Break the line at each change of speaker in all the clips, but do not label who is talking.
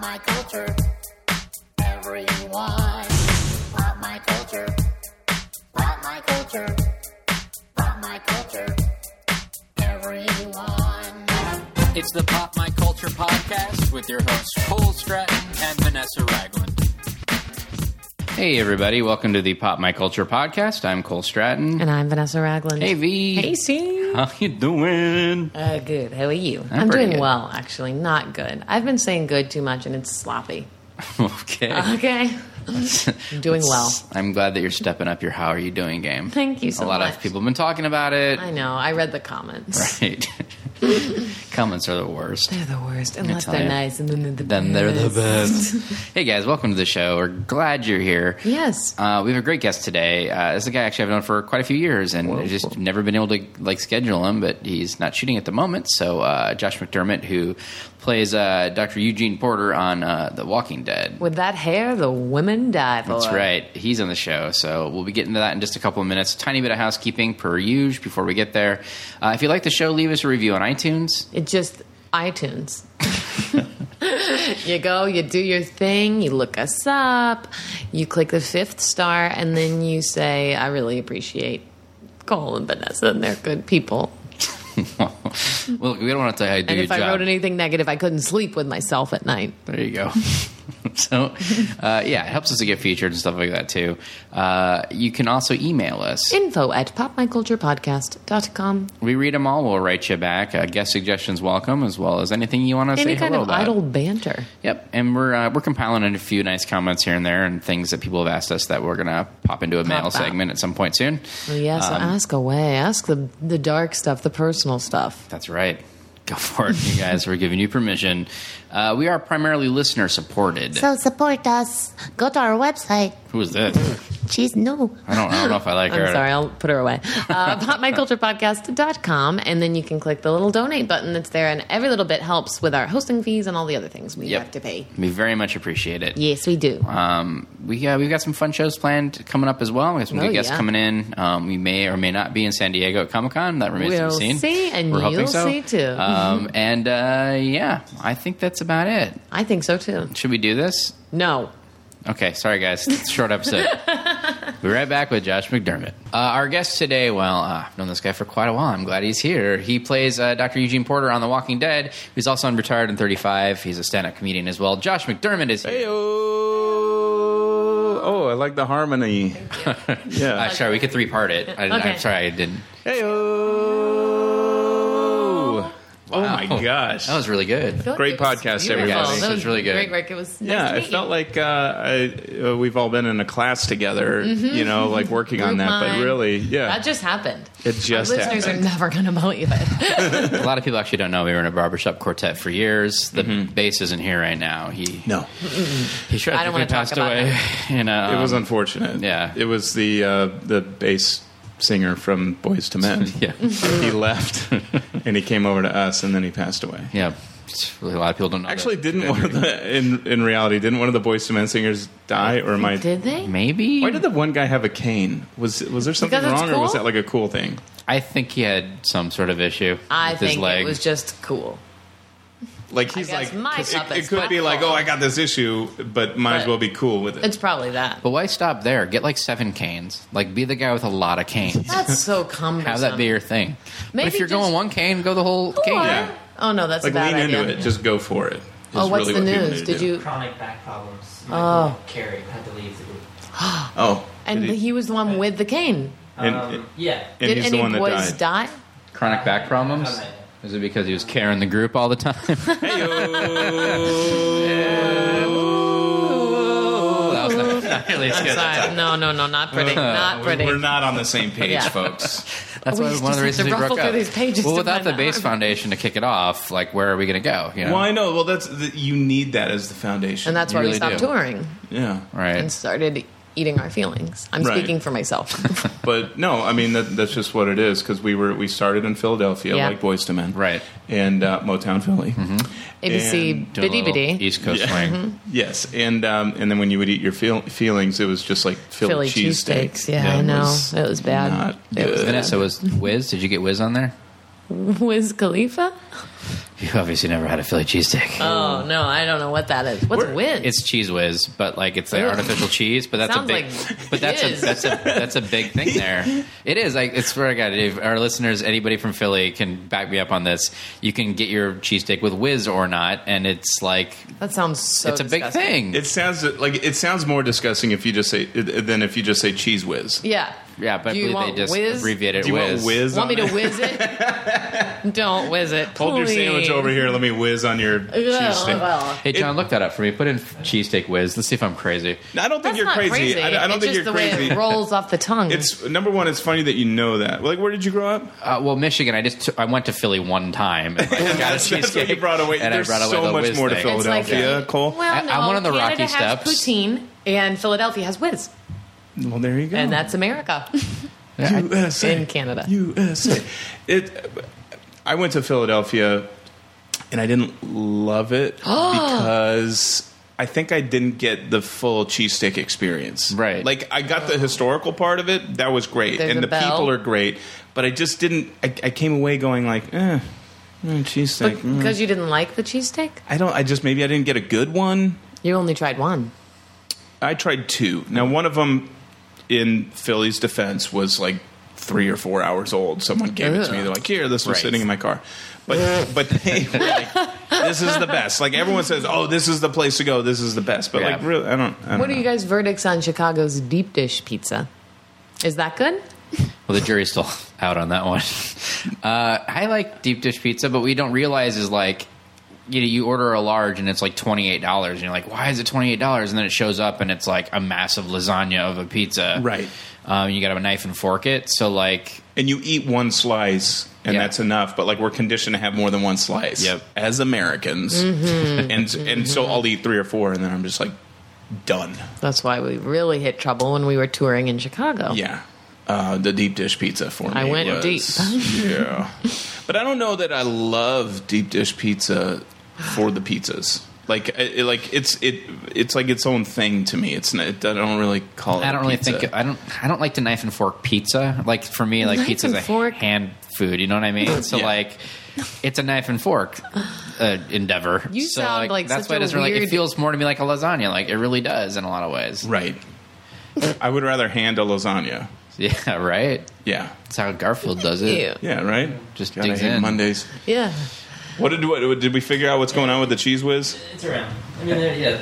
my culture. Everyone, pop my culture. Pop my culture. Pop my culture. Everyone.
It's the Pop My Culture podcast with your hosts Cole Stratton and Vanessa Ragland.
Hey, everybody. Welcome to the Pop My Culture Podcast. I'm Cole Stratton.
And I'm Vanessa Ragland.
Hey, V.
Hey, C.
How you doing?
Uh, good. How are you?
I'm
I'm,
pretty
doing
good.
well, actually. Not good. I've been saying good too much, and it's sloppy.
Okay.
Okay. I'm doing well.
I'm glad that you're stepping up your How Are You Doing game.
Thank you so
A lot of
much.
people have been talking about it.
I know. I read the comments.
Right. Comments are the worst.
They're the worst, unless
tell
they're
ya.
nice, and then they're the
Then they're the
best.
best. hey, guys. Welcome to the show. We're glad you're here.
Yes.
Uh, we have a great guest today. Uh, this is a guy actually I've known for quite a few years, and I've just never been able to like schedule him. But he's not shooting at the moment. So uh, Josh McDermott, who plays uh, Dr. Eugene Porter on uh, The Walking Dead.
With that hair, the women die for
That's
it.
right. He's on the show, so we'll be getting to that in just a couple of minutes. Tiny bit of housekeeping per usual before we get there. Uh, if you like the show, leave us a review on iTunes.
It just iTunes. you go, you do your thing, you look us up, you click the fifth star, and then you say, I really appreciate Cole and Vanessa, and they're good people.
well, look, we don't want to tell you how to do
Mm-hmm. And
your
if I
job.
wrote anything negative, I couldn't sleep with myself at night.
There you go. so, uh, yeah, it helps us to get featured and stuff like that too. Uh, you can also email us.
Info at popmyculturepodcast.com.
We read them all. We'll write you back. Uh, guest suggestions welcome, as well as anything you want to
Any
say
kind
hello
of
about.
idle banter.
Yep, and we're uh, we're compiling in a few nice comments here and there, and things that people have asked us that we're gonna pop into a mail
out.
segment at some point soon.
Oh, Yes,
Um,
ask away. Ask the, the dark stuff, the personal stuff.
That's right. Go for it, you guys. We're giving you permission. Uh, we are primarily listener supported.
So support us. Go to our website.
Who is this?
She's new.
I don't. I don't know if I like her.
I'm sorry, I'll put her away. Uh, PopMyCulturePodcast.com, and then you can click the little donate button that's there, and every little bit helps with our hosting fees and all the other things we
Yep.
have to pay.
We very much appreciate it.
Yes, we do.
Um, we uh, we've got some fun shows planned coming up as well. We have some
Oh,
good guests
yeah.
coming in. Um, we may or may not be in San Diego at Comic Con. That remains
We'll
to be seen.
see, and
We're hoping
you'll
so.
see, too. Mm-hmm.
Um, and uh, yeah, I think that's about it.
I think so too.
Should we do this?
No.
Okay, sorry guys, It's a short episode. We're right back with Josh McDermott. Uh, our guest today, well, uh, I've known this guy for quite a while. I'm glad he's here. He plays uh, Dr. Eugene Porter on The Walking Dead. He's also on Retired and 35. He's a stand-up comedian as well. Josh McDermott is here.
Heyo! Oh, I like the harmony.
Uh,
yeah.
sorry, we could three-part it. I, didn't I'm
Okay.
sorry, I didn't.
Heyo! Oh my
Wow.
gosh.
That was really good.
Great podcast, everybody.
Yes,
That
it's
was
really good.
Great work. It was nice
yeah,
to
it
meet
felt
you.
like uh, I, uh, we've all been in a class together, you know, like working on that. But
Mm-hmm. Mind.
really, yeah,
That just happened.
it just
Our listeners
happened.
are never going to believe it.
A lot of people actually don't know we were in a barbershop quartet for years. The bass isn't here right now. He
Mm-hmm. no,
he tragically
I don't wanna talk
passed
about
away. And uh,
it was
Um,
unfortunate.
yeah.
it was the uh, the bass singer from Boys to Men.
Yeah.
he left, and he came over to us, and then he passed away.
yeah. It's really- A lot of people don't know.
Actually,
that.
didn't one of the in in reality didn't one of the Boys to Men singers die, or am I?
Did they?
maybe
Why did the one guy have a cane? Was was there something
Because it's
wrong, or was
cool?
that like a cool thing?
I think he had some sort of issue
I
with his
think
leg.
it was just cool.
Like he's
guess
like,
my
it,
puppet's
it could be
butt
like,
cool.
oh, I got this issue, but might as
But
well be cool with it.
It's probably that.
but why stop there? Get like seven canes. Like be the guy with a lot of canes.
That's so cumbersome.
Have that be your thing. but if
Maybe
you're
just-
going one cane, go the whole cane.
Or-
Yeah.
Oh no, that's
Like
a bad
lean
idea.
into it, just go for it. is
Oh, what's the
really what people
news?
need to
Did
do.
you?
chronic back problems.
Oh.
Michael Carey had to leave the group.
Oh,
And
did
he was the one with the cane.
and,
Um, yeah.
and
Did
he's
any
the one that
boys
died.
die?
Chronic back problems.
Okay.
Is it because he was carrying the group all the time? Oh, that was not really as good.
Sorry. No, no, no, not pretty. Not pretty.
We're not on the same page,
Yeah.
folks.
That's
Oh, We
why
just
one of the
have to
reasons we
ruffle
broke up.
through these pages
well,
to
without
find
the
that
base
one.
foundation to kick it off, like where are we going to go? You know,
Well, I know. Well, that's the, you need that as the foundation.
and that's
You
why
really
we stopped
do.
touring
yeah,
and
right?
started eating our feelings. I'm
Right.
speaking for myself.
But no, I mean that, that's just what it is because we were we started in Philadelphia
Yeah.
like Boys to Men,
Right. Mm-hmm.
And uh, Motown Philly,
ABC
And E
Doing a
Biddy
little
Biddy.
East Coast
Yeah.
swing.
Mm-hmm.
yes, and um, and then when you would eat your feel- feelings, it was just like
Philly
Philly, cheesesteaks.
cheesesteaks. Yeah, I
it
know.
was
It was bad.
not
It was
good.
Vanessa was Wiz. Did you get Wiz on there?
Wiz Khalifa?
You obviously never had a Philly cheesesteak.
Oh no, I don't know what that is. What's
We're-
win?
It's cheese whiz, but like it's the
Ugh.
artificial cheese. But that's
Sounds
a big,
like
but that's
jizz.
a that's a that's a big thing there. It is like it's where I got it. If our listeners, anybody from Philly, can back me up on this. You can get your cheesesteak with whiz or not, and it's like
that sounds so.
it's a big
disgusting.
thing.
It sounds like it sounds more disgusting if you just say than if you just say cheese whiz.
Yeah.
yeah, but I
Do you
believe
want
they just
whiz?
abbreviate it
Do you
whiz.
want whiz?
Want me
on
to
it?
whiz it? don't whiz it.
Hold your sandwich
please.
over here. Let me whiz on your cheese
Well,
steak.
well.
Hey John, look that up for me. Put in cheesesteak whiz. Let's see if I'm crazy.
No, I don't
That's
think you're
not
crazy.
crazy.
I, don't- I don't
it's
think
just
you're
the
crazy.
Way it rolls off the tongue.
It's number one. It's funny that you know that. Like, where did you grow up?
Uh, well, Michigan. I just took, I went to Philly one time. And, like, got
That's-
a
that's what
cheesesteak,
you brought away.
And
There's
I brought away
so
the
much
whiz
more to
thing.
Philip.
It's like
Philadelphia,
a-
Cole?
I-
Well, no,
I wanted the
Canada
Rocky
has
Steps.
Poutine, and Philadelphia has whiz,
Well, there you go.
and that's America.
USA.
in Canada.
USA. It. I went to Philadelphia, and I didn't love it
Oh.
because I think I didn't get the full cheesesteak experience.
Right.
Like I got the historical part of it. That was great,
There's
and
a
the
bell.
people are great. But I just didn't. I, I came away going like, eh, mm, cheesesteak. mm.
because you didn't like the cheesesteak,
I don't. I just maybe I didn't get a good one.
you only tried one.
I tried two. Now, one of them, in Philly's defense, was like three or four hours old. Someone gave it to me. They're like, "Here, this was
Right.
sitting in my car." But but they were like, "This is the best." Like everyone says, "Oh, this is the place to go. This is the best." But
Yeah.
like, really, I don't. I don't
What are
know.
you guys' verdicts on Chicago's deep dish pizza? Is that good?
Well, the jury's still out on that one. Uh, I like deep dish pizza, but we don't realize is like, you know, you order a large and it's like twenty eight dollars, and you're like, why is it twenty eight dollars? And then it shows up and it's like a massive lasagna of a pizza,
Right.
Um, you got to have a knife and fork it. So like,
And you eat one slice, and
Yeah.
that's enough. But like, we're conditioned to have more than one slice.
Yep.
As Americans,
Mm-hmm.
and and so I'll eat three or four, and then I'm just like, done.
That's why we really hit trouble when we were touring in Chicago.
Yeah. Uh, the deep dish pizza for me.
I went
was-
deep.
yeah. But I don't know that I love deep dish pizza for the pizzas. Like, I- like it's it it's like its own thing to me. It's not, I don't really call it.
I don't really
pizza.
think I don't I don't like to knife and fork pizza. Like for me, like
Knife
pizza's
and
a
fork?
hand food. You know what I mean? So
Yeah.
like, it's a knife and fork uh, endeavor.
You
so,
sound like
that's
such
why it
a
doesn't really. It
weird-
feels more to me like a lasagna. Like it really does in a lot of ways.
Right. I would rather hand a lasagna.
Yeah, right.
Yeah.
That's how Garfield does it.
Ew.
Yeah. Right.
Just
God, I
digs
hate
in.
Mondays.
Yeah.
What did what did we figure out? What's going on with the cheese whiz?
It's around. I mean, there, yeah.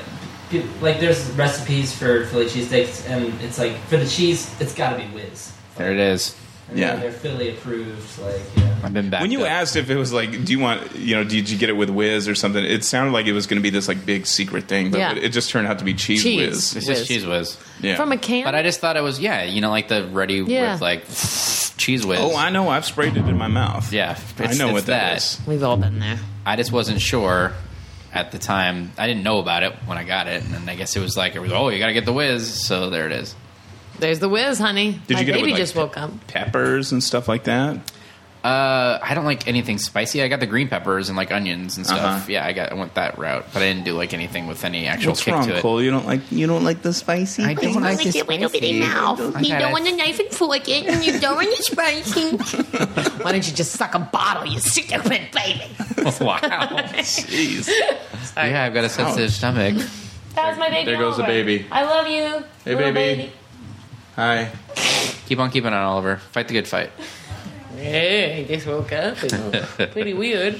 People, like, there's recipes for Philly cheesesteaks, and it's like, for the cheese, it's gotta be whiz.
There it is.
And
Yeah.
They're Philly approved, like, yeah.
I've been back.
when you
up.
asked if it was like, do you want, you know, did you get it with whiz or something? It sounded like it was going to be this like big secret thing, but
Yeah.
it just turned out to be cheese,
Cheese.
it's
whiz.
just
Whiz.
cheese whiz.
Yeah.
From a can.
But I just thought it was yeah, you know, like the ready
Yeah.
with like cheese whiz.
oh, I know. I've sprayed it in my mouth.
Yeah,
I
it's-
know
it's
what that
that.
is.
We've all been there.
I just wasn't sure at the time. I didn't know about it when I got it, and then I guess it was like it was oh, you got to get the whiz. So there it is.
There's the whiz, honey.
Did
My
you get it
baby
with, like,
just woke up.
Peppers and stuff like that.
Uh, I don't like anything spicy. I got the green peppers and like onions and stuff.
Uh-huh.
Yeah, I got I went that route, but I didn't do like anything with any actual
What's
kick
wrong,
to it.
Cole? You don't like you don't like the spicy.
I don't like
Like
this.
it went over the
spicy.
mouth.
Okay,
You don't
that's-
want a knife and fork it, and you don't want it spicy.
Why don't you just suck a bottle, you stupid baby?
wow.
Jeez.
Yeah, I've got a sensitive stomach.
That was my baby.
There goes the baby.
I love you.
Hey, baby. Hi.
Keep on keeping on, Oliver. Fight the good fight.
Hey, he just woke up. It's pretty weird.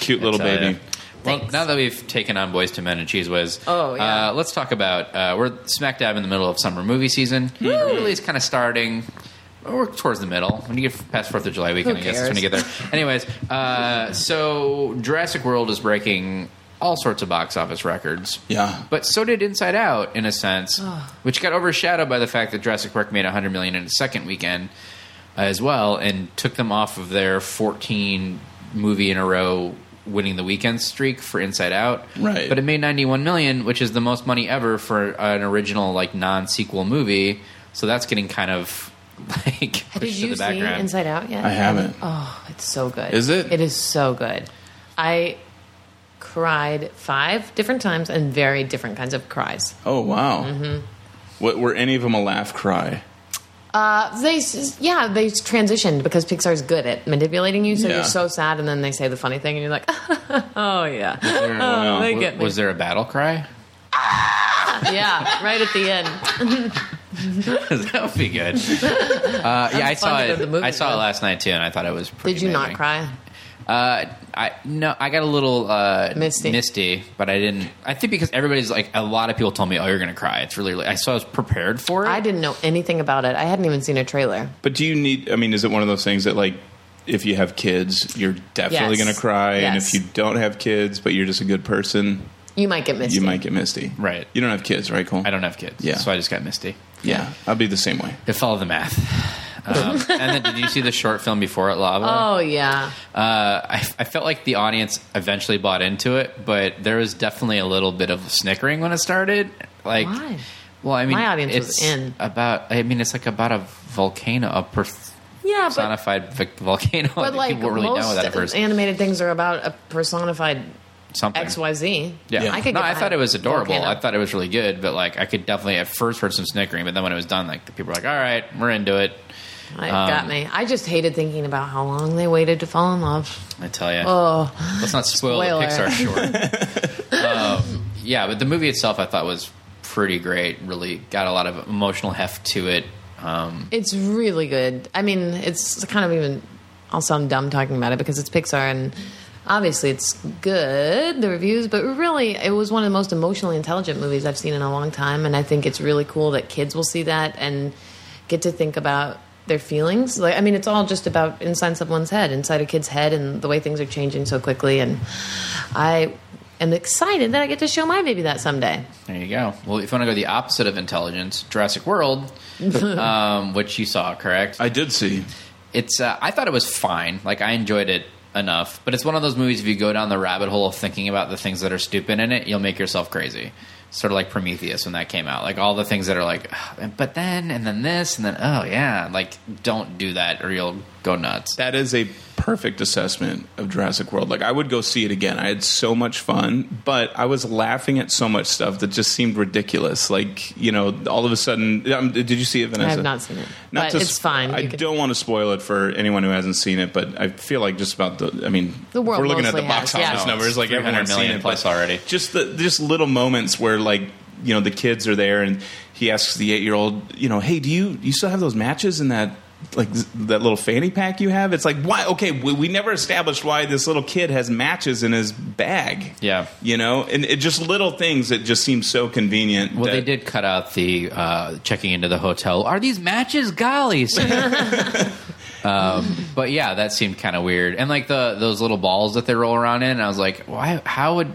Cute little
Tell
baby.
ya. Well,
Thanks.
now that we've taken on Boys to Men and Cheese Whiz,
Oh, yeah.
uh, let's talk about. Uh, we're smack dab in the middle of summer movie season.
Hmm.
It Really, is kind of starting. We're towards the middle. When you get past Fourth of July weekend,
Who
I guess that's when you
cares?
get there. Anyways, uh, so Jurassic World is breaking all sorts of box office records.
Yeah.
But so did Inside Out, in a sense, which got overshadowed by the fact that Jurassic Park made 100 million in its second weekend as well, and took them off of their 14 movie in a row winning the weekend streak for Inside Out.
Right.
But it made 91 million, which is the most money ever for an original like non-sequel movie. So that's getting kind of like pushed
Did
to
you
the
see
background.
Inside Out yet?
I haven't.
Oh, it's so good.
Is it?
It is so good. I cried five different times and very different kinds of cries.
Mm-hmm.
Oh wow. What were any of them a laugh cry?
Uh, they s- yeah they transitioned because Pixar's good at manipulating you, so
Yeah.
you're so sad, and then they say the funny thing, and you're like, oh yeah,
wow.
Uh,
oh, they get me.
Was there a battle cry?
yeah, right at the end.
that would be good. Uh, yeah, I saw
fun to go
it.
to the movies
I saw it
with.
last night too, and I thought it was. pretty
Did you not
amazing.
cry?
Uh, I no, I got a little uh,
Misty.
misty, but I didn't. I think because everybody's like, a lot of people told me, "Oh, you're gonna cry." It's really. Like, I so I was prepared for it.
I didn't know anything about it. I hadn't even seen a trailer.
But do you need? I mean, is it one of those things that like, if you have kids, you're definitely
Yes.
going to cry, and
Yes.
if you don't have kids, but you're just a good person,
You might get missed.
you might get misty.
Right.
You don't have kids, right, Cole?
I don't have kids,
Yeah.
so I just got misty.
Yeah, I'll be the same way.
It followed the math. Um, and then, did you see the short film before it, Lava?
Oh yeah,
Uh, I, I felt like the audience eventually bought into it, but there was definitely a little bit of snickering when it started. Like,
Why?
well, I mean,
My audience was
it's
in.
about. I mean, it's like about a volcano, a per-
yeah, but.
personified v- volcano.
But like
people really know
most
that at first.
animated things are about a personified
Something.
X Y Z.
Yeah.
I could.
no,
get
I thought
behind
it was adorable.
Volcano.
I thought it was really good, but like I could definitely at first heard some snickering, but then when it was done, like the people were like, "All right, we're into it."
It
Um,
got me. I just hated thinking about how long they waited to fall in love.
I tell you,
Oh,
let's not spoil
Spoiler.
the Pixar short. um, yeah, but the movie itself, I thought was pretty great. Really got a lot of emotional heft to it. Um,
it's really good. I mean, it's kind of even. Also, I'm dumb talking about it because it's Pixar and obviously it's good, the reviews, but really it was one of the most emotionally intelligent movies I've seen in a long time. And I think it's really cool that kids will see that and get to think about their feelings. Like, I mean, it's all just about inside someone's head, inside a kid's head, and the way things are changing so quickly. And I am excited that I get to show my baby that someday.
there you go. Well, if you want to go the opposite of intelligence, Jurassic World, um, which you saw, correct?
I did see.
it's uh, I thought it was fine. Like I enjoyed it enough, but it's one of those movies. If you go down the rabbit hole of thinking about the things that are stupid in it, you'll make yourself crazy. Sort of like Prometheus when that came out. Like all the things that are like, "Ugh, but then and then this and then oh yeah, like don't do that or you'll go nuts.
That is a perfect assessment of Jurassic World. Like I would go see it again. I had so much fun, but I was laughing at so much stuff that just seemed ridiculous. Like you know, all of a sudden, um, did you see it, Vanessa?
I have not seen it, but
to
it's
sp-
fine.
I
You can-
don't want to spoil it for anyone who hasn't seen it, but I feel like just about the. I mean,
The world
we're looking at the
mostly
box
has, yeah.
office
No,
numbers.
it's
Like
300
everyone's seen
million
it
plus
but
already.
Just the just little moments where like you know the kids are there and he asks the eight year old, you know, hey, do you you still have those matches in that? Like z- that little fanny pack you have, it's like why? Okay, we, we never established why this little kid has matches in his bag.
Yeah.
you know, and it just little things that just seem so convenient.
Well, they
that-
did cut out the uh, checking into the hotel. Are these matches? Golly, sir. um, but yeah, that seemed kind of weird. And like the those little balls that they roll around in, I was like, why? How would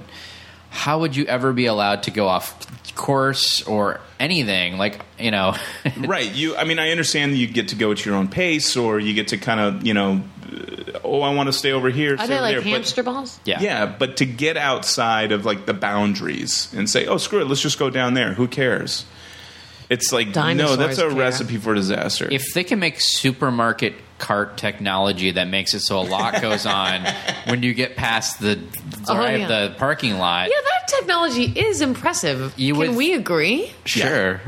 how would you ever be allowed to go off course or anything? Like you know,
right you i mean i understand you get to go at your own pace or you get to kind of you know uh, oh i want to stay over here
Are
stay
they
over
like
there, but-
hamster balls?
yeah,
yeah but to get outside of like the boundaries and say oh screw it let's just go down there who cares it's like
Dinosaurs
no that's a
care.
recipe for disaster
If they can make supermarket cart technology that makes it so a lot goes on when you get past the
Oh,
drive,
yeah.
the parking lot,
Yeah, that technology is impressive.
You
Can
would-
we agree?
sure.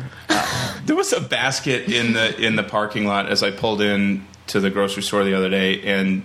there was a basket in the in the parking lot as i pulled in to the grocery store the other day and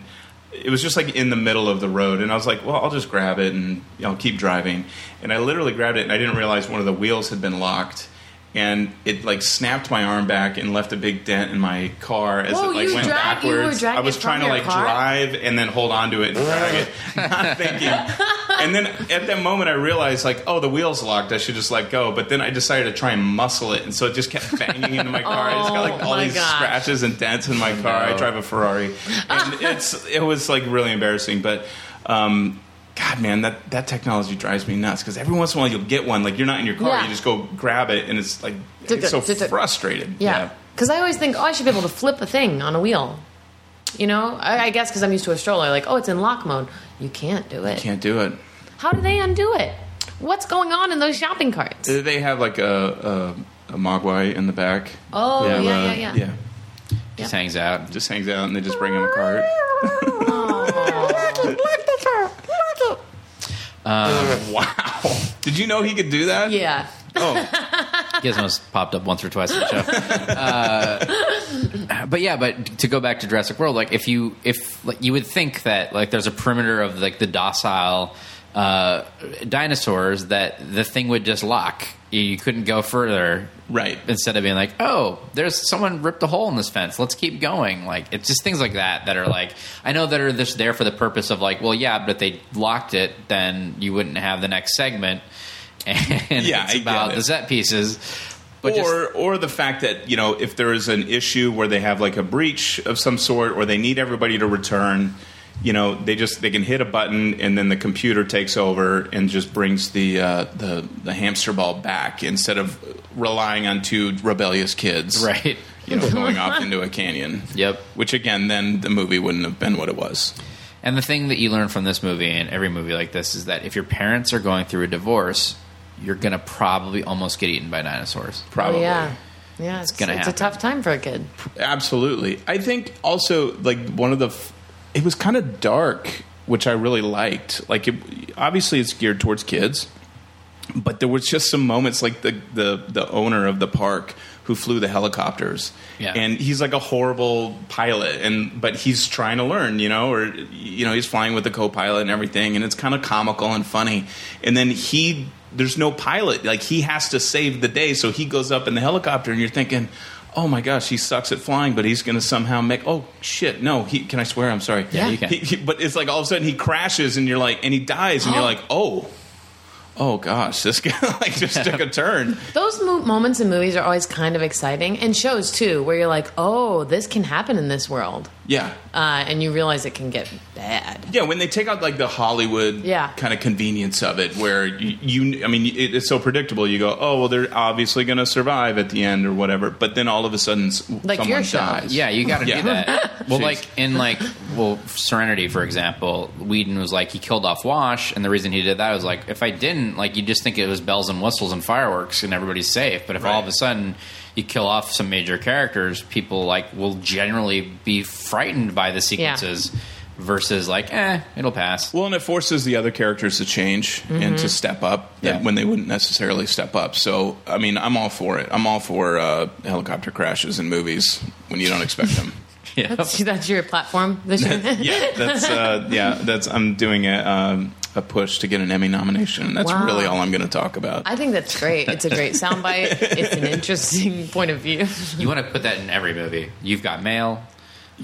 it was just like in the middle of the road and i was like well i'll just grab it and i'll keep driving and i literally grabbed it and i didn't realize one of the wheels had been locked and it like snapped my arm back and left a big dent in my car as
Whoa,
it like
you
went
drag- you were
backwards. I
dragging
was
it
trying to
from your
like
car?
drive and then hold on to it and drag it, not thinking. And then at that moment, I realized like, oh, the wheel's locked. I should just let go. But then I decided to try and muscle it, and so it just kept banging into my car. I just got like
Oh,
all
my
these
gosh.
scratches and dents in my car. I
no.
drive a Ferrari, and it's it was like really embarrassing. But um, God, man, that that technology drives me nuts because every once in a while you'll get one. Like you're not in your car,
Yeah.
you just go grab it, and it's like
Tick-tick,
it's so
tick-tick.
frustrated.
Yeah. Because I always think, oh, I should be able to flip a thing on a wheel. You know, I, I guess because I'm used to a stroller, like, oh, it's in lock mode. You can't do it.
can't do it.
How do they undo it? What's going on in those shopping carts?
Did they have like a a, a mogwai in the back?
Oh,
They have
yeah,
a-
yeah, yeah.
Just hangs out.
Just hangs out and they just bring him a cart. Wow! Did you know he could do that?
yeah.
Oh,
Gizmos popped up once or twice in the show. Uh, but yeah, but to go back to Jurassic World, like if you if like you would think that like there's a perimeter of like the docile uh, dinosaurs that the thing would just lock. You, you couldn't go further,
Right.
Instead of being like, oh, there's someone ripped a hole in this fence. Let's keep going. Like it's just things like that that are like I know that are just there for the purpose of like, well, yeah, but if they locked it, then you wouldn't have the next segment. And
Yeah, I
it's
get
about
it.
the set pieces. But just-
or or the fact that you know if there is an issue where they have like a breach of some sort or they need everybody to return you know they just they can hit a button and then the computer takes over and just brings the uh, the the hamster ball back instead of relying on two rebellious kids
right.
you know going off into a canyon
Yep.
which again then the movie wouldn't have been what it was
And the thing that you learn from this movie and every movie like this is that if your parents are going through a divorce, you're going to probably almost get eaten by dinosaurs.
probably
Oh, yeah. Yeah, it's,
gonna
it's a
happen.
tough time for a kid.
Absolutely. I think also like one of the f- it was kind of dark, which I really liked. Like it, obviously it's geared towards kids, but there was just some moments like the the the owner of the park who flew the helicopters.
Yeah.
And he's like a horrible pilot and but he's trying to learn, you know, or you know, he's flying with the co-pilot and everything and it's kind of comical and funny. And then he there's no pilot. Like he has to save the day, so he goes up in the helicopter and you're thinking, "Oh my gosh, he sucks at flying, but he's going to somehow make Oh shit, no, he can I swear? I'm sorry.
Yeah, you can.
He- he- but it's like all of a sudden he crashes and you're like and he dies and you're like, "Oh, oh gosh, this guy like just took a turn.
Those mo- moments in movies are always kind of exciting, and shows too, where you're like, oh, this can happen in this world.
Yeah.
Uh, and you realize it can get bad.
Yeah, when they take out like the Hollywood
Yeah.
kind of convenience of it, where you, you I mean, it, it's so predictable. You go, oh well, they're obviously going to survive at the end or whatever. But then all of a sudden, s-
Like
someone
your show.
dies.
Yeah, you got to
Yeah.
do that. Well,
Jeez.
like in like well, Serenity, for example, Whedon was like he killed off Wash, and the reason he did that was like if I didn't, like you just think it was bells and whistles and fireworks and everybody's safe. But if all of a
Right.
sudden you kill off some major characters, people like will generally be frightened by the sequences versus like eh, it'll pass.
Well, and it forces the other characters to change and
Mm-hmm.
to step up that
Yeah.
when they wouldn't necessarily step up. So, I mean, I'm all for it. I'm all for uh, helicopter crashes in movies when you don't expect them.
Yeah.
That's your platform this year?
yeah, that's uh, yeah, that's. I'm doing a um, a push to get an Emmy nomination. That's
Wow.
really all I'm going to talk about.
I think that's great. It's a great soundbite. it's an interesting point of view.
You want to put that in every movie. You've got mail.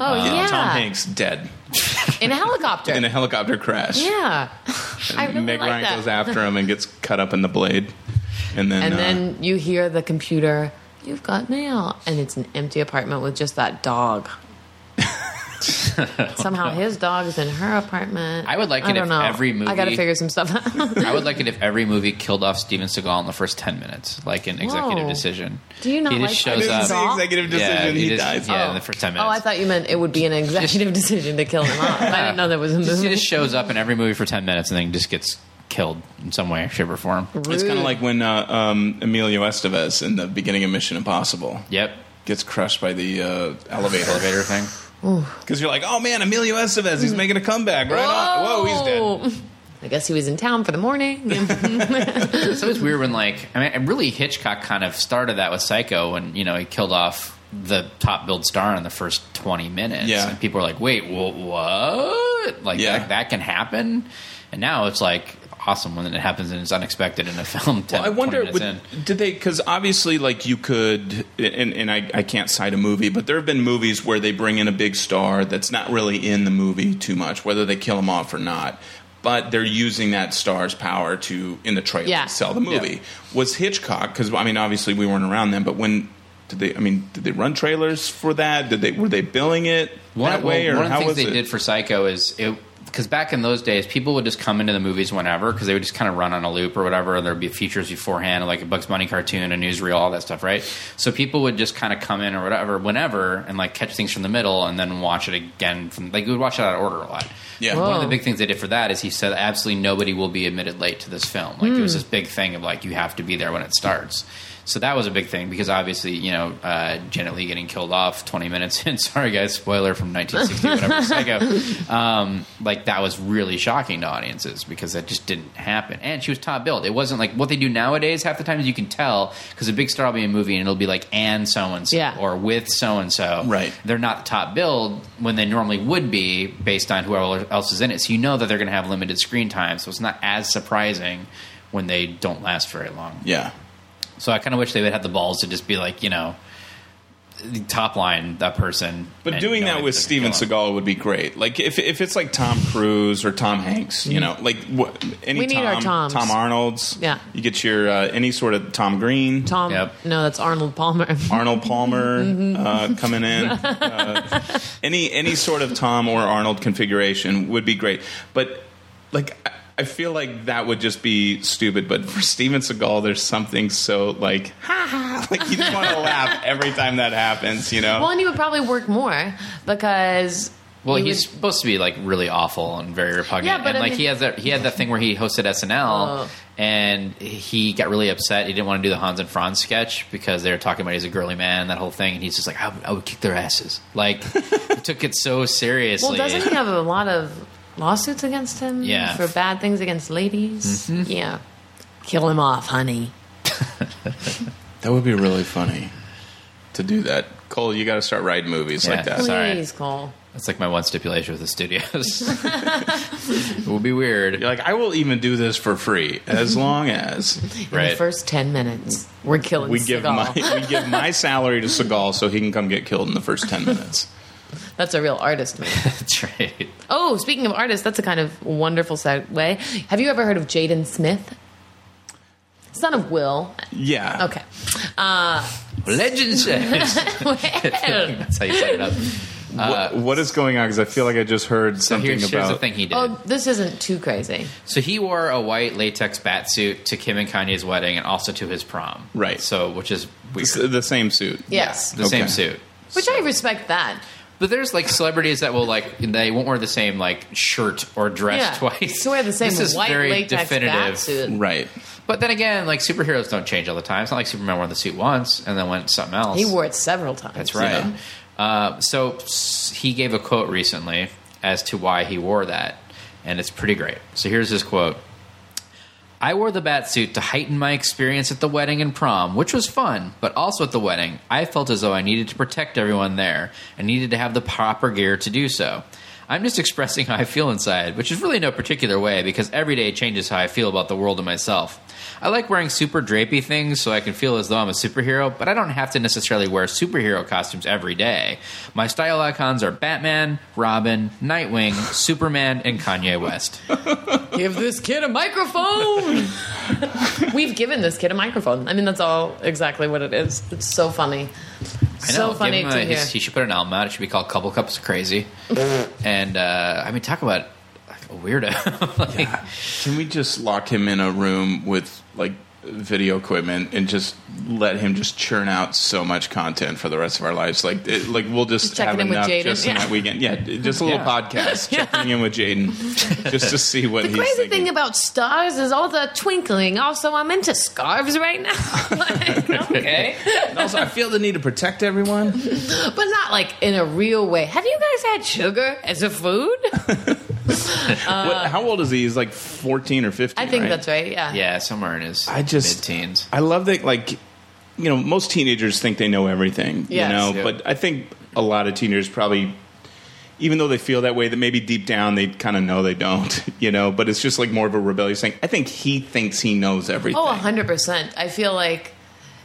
Oh yeah,
Uh, Tom Hanks dead
in a helicopter.
in a helicopter crash.
yeah, I really
Meg
like
Ryan
that.
goes after him and gets cut up in the blade, and then
and
uh,
then you hear the computer. You've got mail, and it's an empty apartment with just that dog. Somehow his dog is in her apartment.
I would like
I
it
don't
if
know.
every
I got
movie-
to figure some stuff out.
I would like it if every movie killed off Steven Seagal in the first ten minutes, like an executive
Whoa.
decision.
Do you not
He
like
just
Steven
shows
Seagal?
up.
the executive decision
he
he,
just-
dies.
yeah, in the first 10 minutes.
Oh, I thought you meant it would be an executive decision to kill him off. I didn't know there was a
Just- he
movie.
just shows up in every movie for 10 minutes and then just gets killed in some way, shape, or form.
Oh,
It's kind of like when uh, um, Emilio Estevez in the beginning of Mission Impossible
Yep.
gets crushed by the uh, elevator
Elevator thing.
because you're like, oh man, Emilio Estevez,
Mm.
he's making a comeback, right? On. Whoa, he's dead.
Whoa. I guess he was in town for the morning.
It's always weird when, like, I mean, really Hitchcock kind of started that with Psycho when, you know, he killed off the top build star in the first 20 minutes.
Yeah.
And people are like, wait, wha- what? Like,
Yeah.
that, that can happen? And now it's like awesome when it happens and it's unexpected in a film 10,
I wonder,
20 minutes
would-
in.
did they? Because obviously, like you could, and, and I, I can't cite a movie, but there have been movies where they bring in a big star that's not really in the movie too much, whether they kill him off or not. But they're using that star's power to in the trailer
Yeah.
to sell the movie. Was Hitchcock? Because I mean, obviously we weren't around then, but when did they? I mean, did they run trailers for that? Did they? Were they billing it
One,
that
well,
way, or
one of the
how
things
was
they
it?
did for Psycho is it because back in those days, people would just come into the movies whenever because they would just kind of run on a loop or whatever. There'd be features beforehand, like a Bugs Bunny cartoon, a newsreel, all that stuff, right? So people would just kind of come in or whatever, whenever, and like catch things from the middle and then watch it again from like we would watch it out of order a lot.
Yeah.
One of
Whoa.
the big things they did for that is he said absolutely nobody will be admitted late to this film. Like it was this big thing of like you have to be there when it starts. So that was a big thing because obviously, you know, uh, Janet Lee getting killed off 20 minutes in. Sorry, guys, spoiler from 1960, whatever, Psycho. Um, like that was really shocking to audiences because that just didn't happen. And she was top billed. It wasn't like what they do nowadays. Half the times you can tell because a big star will be in a movie and it'll be like and so and so
Yeah.
or with so and so.
Right.
They're not the top billed when they normally would be based on whoever else is in it. So you know that they're going to have limited screen time. So it's not as surprising when they don't last very long.
Yeah.
So I kind of wish they would have the balls to just be like, you know, the top line that person.
But
and
doing
know
that
it
with
doesn't
Steven
kill him.
Seagal would be great. Like if if it's like Tom Cruise or Tom Hanks, you
Mm-hmm.
know, like what, any
We need
Tom,
our Toms.
Tom Arnold's.
Yeah.
you get your uh, any sort of Tom Green,
Tom. Mm-hmm.
Yep.
No, that's Arnold Palmer.
Arnold Palmer uh, coming in. Uh, any any sort of Tom or Arnold configuration would be great. But like I- I feel like that would just be stupid. But for Steven Seagal, there's something so like ha ha, like you just want to laugh every time that happens. You know.
Well, and he would probably work more because.
Well,
he
he's
would-
supposed to be like really awful and very repugnant,
Yeah, but
and
I
like
mean-
he has that he had that thing where he hosted SNL
Oh.
and he got really upset. He didn't want to do the Hans and Franz sketch because they were talking about he's a girly man and that whole thing, and he's just like, I would, I would kick their asses. Like, he took it so seriously.
Well, doesn't he have a lot of lawsuits against him?
Yeah. Mm-hmm.
For bad things against ladies? Yeah. Kill him off, honey.
That would be really funny to do that. Cole, you got to start writing movies
Yeah.
like that.
Please,
Sorry.
Cole.
That's like my one stipulation with the studios. it would be weird,
You're like, I will even do this for free as long as
In
right?
the first 10 minutes, we're killing
we give
Seagal.
my we give my salary to Seagal so he can come get killed in the first ten minutes.
That's a real artist move.
That's right.
Oh, speaking of artists, that's a kind of wonderful segue. Have you ever heard of Jaden Smith? Son of Will.
Yeah.
Okay.
Legend says that's how you set it up.
What- what is going on? Because I feel like I just heard
So
something
here's, here's
about.
the thing he did.
oh, this isn't too crazy.
So he wore a white latex bat suit to Kim and Kanye's wedding and also to his prom.
Right.
So, which is weird.
It's the same suit.
Yes.
The
Okay.
same suit.
Which I respect that.
But there's like celebrities that will like they won't wear the same like shirt or dress
yeah.
twice.
So wear the same
This is
white
very
latex
definitive.
bat suit.
Right.
But then again, like superheroes don't change all the time. It's not like Superman wore the suit once and then went something else.
He wore it several times.
That's right. Uh, so s- he gave a quote recently as to why he wore that, and it's pretty great. So here's his quote. I wore the bat suit to heighten my experience at the wedding and prom, which was fun, but also at the wedding, I felt as though I needed to protect everyone there and needed to have the proper gear to do so. I'm just expressing how I feel inside, which is really no particular way because every day changes how I feel about the world and myself. I like wearing super drapey things so I can feel as though I'm a superhero, but I don't have to necessarily wear superhero costumes every day. My style icons are Batman, Robin, Nightwing, Superman, and Kanye West.
Give this kid a microphone. We've given this kid a microphone. I mean, that's all exactly what it is. It's so funny.
I know.
So
Give
funny
him
to
a-
hear.
he's- He should put an album out. It should be called Couple Cups of Crazy. and uh, I mean, talk about like, a weirdo. Like,
Can we just lock him in a room with like video equipment and just let him just churn out so much content for the rest of our lives? Like, it, like we'll just
Checking
have
in with
enough
Jaden,
just in
yeah.
that weekend. Yeah, just a little
Yeah.
podcast checking in with Jaden just to see what
The
he's
crazy
thinking.
thing about stars is all the twinkling. Also, I'm into scarves right now. Like, okay.
And also, I feel the need to protect everyone.
But not like in a real way. Have you guys had sugar as a food?
what, how old is he? He's like fourteen or fifteen.
Uh, I think
right?
that's right. Yeah.
yeah, somewhere in his
I just-
mid-teens.
I love that, like, you know, most teenagers think they know everything,
Yes.
you know,
Yeah.
but I think a lot of teenagers probably, even though they feel that way, that maybe deep down they kind of know they don't, you know, but it's just like more of a rebellious thing. I think he thinks he knows everything.
Oh, 100%. I feel like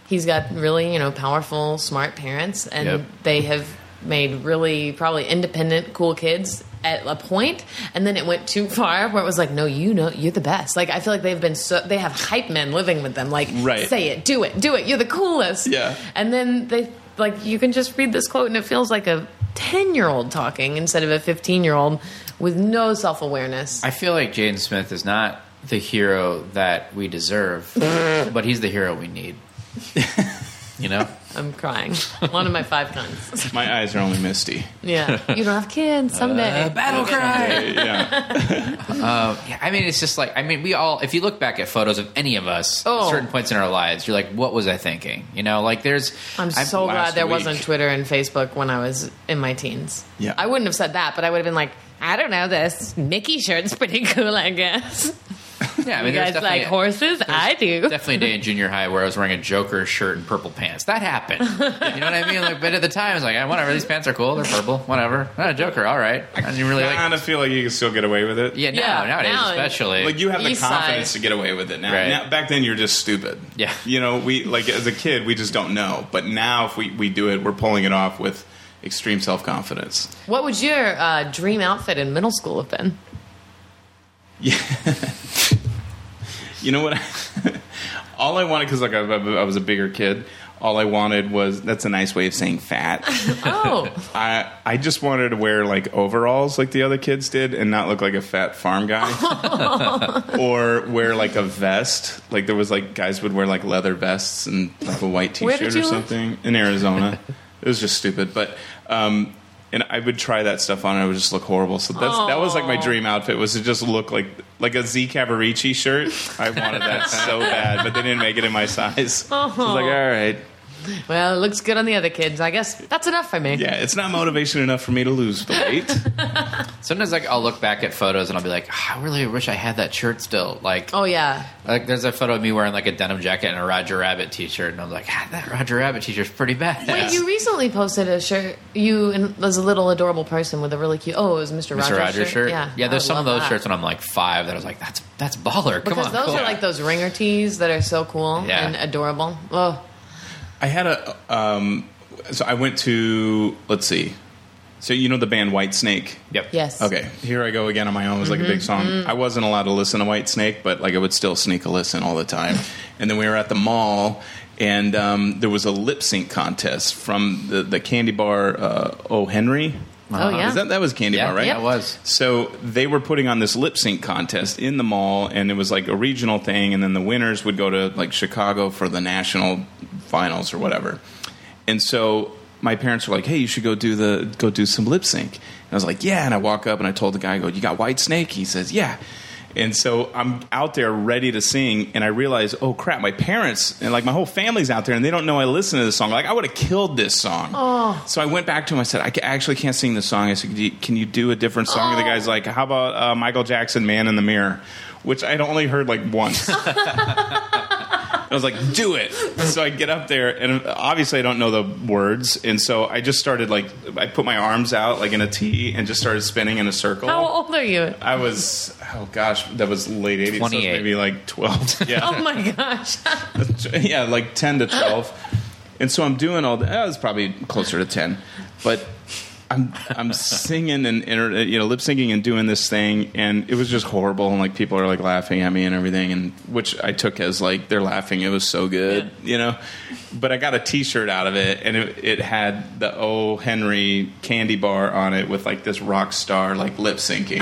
he's got really, you know, powerful, smart parents, and
Yep.
they have made really probably independent, cool kids at a point, and then it went too far where it was like, no, you know, you're the best. Like, I feel like they've been so, they have hype men living with them. Like,
Right.
say it, do it, do it, you're the coolest.
Yeah.
And then they, like, you can just read this quote, and it feels like a 10 year old talking instead of a 15 year old with no self awareness.
I feel like Jaden Smith is not the hero that we deserve, but he's the hero we need. You know,
I'm crying. One of my five guns.
My eyes are only misty.
Yeah. You don't have kids someday.
Uh, battle cry.
yeah.
Yeah, I mean, it's just like I mean, we all. If you look back at photos of any of us,
Oh.
at certain points in our lives, you're like, "What was I thinking?" You know, like there's.
I'm so
last
glad there
week-
wasn't Twitter and Facebook when I was in my teens.
Yeah.
I wouldn't have said that, but I would have been like, I don't know, this Mickey shirt's pretty cool, I guess.
Yeah, I
You
mean, there's
guys
definitely,
like horses? I do.
definitely a day in junior high where I was wearing a Joker shirt and purple pants. That happened. you know what I mean? Like, but at the time, I was like, eh, "Whatever, these pants are cool. They're purple. Whatever. Not a Joker. All right." I didn't really
I
like.
kind of feel like you can still get away with it.
Yeah, now,
Yeah,
nowadays,
now-
especially.
Like you have the
East side.
confidence to get away with it now.
Right.
now. Back then, you're just stupid.
Yeah.
You know, we like as a kid, we just don't know. But now, if we we do it, we're pulling it off with extreme self confidence.
What would your uh, dream outfit in middle school have been?
You know what? all I wanted because like I, I was a bigger kid. All I wanted was that's a nice way of saying fat.
Oh,
I I just wanted to wear like overalls like the other kids did and not look like a fat farm guy. or wear like a vest. Like there was like guys would wear like leather vests and like a white
Where did
t-shirt
you
or
live?
something in Arizona. it was just stupid, but um and I would try that stuff on and it would just look horrible. So that's that was like my dream outfit was to just look like like a Z Cavarici shirt. I wanted that so bad, but they didn't make it in my size. So I was
Uh-huh.
like, all right.
well, it looks good on the other kids. I guess that's enough for me.
Yeah, it's not motivation enough for me to lose the weight.
Sometimes, like, I'll look back at photos and I'll be like, "Ah, "I really wish I had that shirt still." Like,
Oh, yeah.
Like, there's a photo of me wearing like a denim jacket and a Roger Rabbit T-shirt, and I'm like, ah, that Roger Rabbit T-shirt's pretty bad.
Wait, you recently posted a shirt. You and there's a little adorable person with a really cute. Oh, it was Mr.
Mr.
Rogers,
Rogers shirt.
Yeah,
there's
I
some of
love
those
that.
shirts when I'm like five that I was like, that's that's baller. Come
Because
on,
those
cool.
are like those ringer tees that are so cool
Yeah.
and adorable. Oh,
I had a um, so I went to let's see, so you know the band White Snake.
Yep. Mm-hmm,
yes.
Okay, here I go again on my own. It was like a big song. I wasn't allowed to listen to White Snake, but like I would still sneak a listen all the time. and then we were at the mall, and um, there was a lip sync contest from the the candy bar uh, Oh Henry.
Oh yeah.
Is that that was Candy
Yeah,
Bar, right?
Yep.
that was.
So they were putting on this lip sync contest in the mall, and it was like a regional thing, and then the winners would go to like Chicago for the national finals or whatever. And so my parents were like, "Hey, you should go do the go do some lip sync." And I was like, "Yeah." And I walk up and I told the guy, I "Go, you got White Snake?" He says, "Yeah." And so I'm out there ready to sing, and I realize, oh crap, my parents and like my whole family's out there, and they don't know I listen to this song. Like I would have killed this song. So I went back to him. I said, I ca- actually can't sing this song. I said, can you, can you do a different song? And the guy's like, how about uh, Michael Jackson, Man in the Mirror, which I'd only heard like once. I was like, "Do it!" So I get up there, and obviously I don't know the words, and so I just started like I put my arms out like in a T and just started spinning in a circle.
How old are you?
I was oh gosh, that was late eighties, so it was
28.
maybe like twelve. Yeah,
Oh my gosh.
yeah, like ten to twelve. And so I'm doing all that. I was probably closer to ten, but I'm I'm singing and inter- you know lip syncing and doing this thing, and it was just horrible. And like people are like laughing at me and everything, and which I took as like they're laughing. It was so good, you know. But I got a T-shirt out of it, and it, it had the O Henry candy bar on it with like this rock star like lip syncing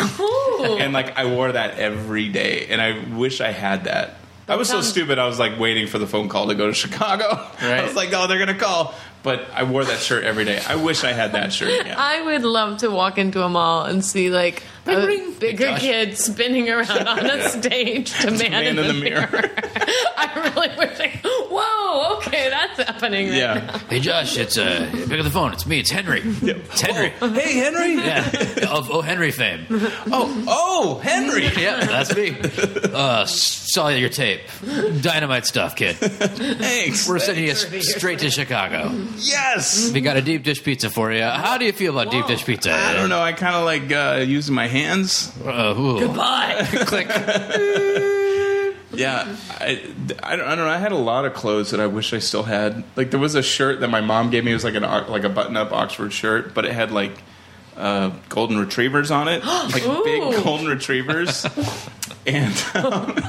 and like I wore that every day, and I wish I had that. I was so
sounds-
stupid. I was like waiting for the phone call to go to Chicago. I
Right.
was like, oh, they're gonna call. But I wore that shirt every day. I wish I had that shirt. Again.
I would love to walk into a mall and see like a bigger kid spinning around on a stage to man,
Man in the mirror.
I really wish. Like, whoa, okay, that's happening. Right now.
yeah.
Hey Josh, it's uh, pick up the phone. It's me. It's Henry. It's Henry.
Hey, Henry.
Yeah, of Oh Henry fame.
Oh, oh, Henry.
Yeah, that's me. Uh, saw your tape. Dynamite stuff, kid.
Thanks.
We're sending you straight to Chicago.
yes.
We got a deep dish pizza for you. How do you feel about deep dish pizza?
I don't know. I kind of like uh, using my hands.
Uh, ooh. Click.
Yeah, I, I, don't, I don't know. I had a lot of clothes that I wish I still had. Like there was a shirt that my mom gave me. It was like an o- like a button up Oxford shirt, but it had like uh, golden retrievers on it, like big golden retrievers. and um,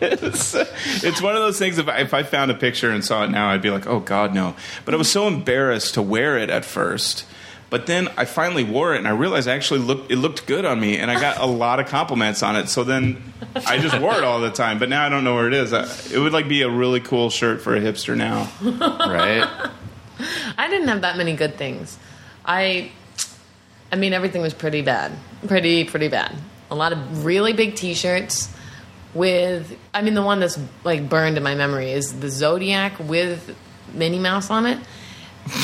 it's, it's one of those things. If I, if I found a picture and saw it now, I'd be like, oh god, no. But I was so embarrassed to wear it at first. But then I finally wore it, and I realized I actually looked it looked good on me, and I got a lot of compliments on it. So then I just wore it all the time. But now I don't know where it is. I, it would like be a really cool shirt for a hipster now.
right?
I didn't have that many good things. I, I mean, everything was pretty bad, pretty pretty bad. A lot of really big T-shirts with. I mean, the one that's like burned in my memory is the Zodiac with Minnie Mouse on it.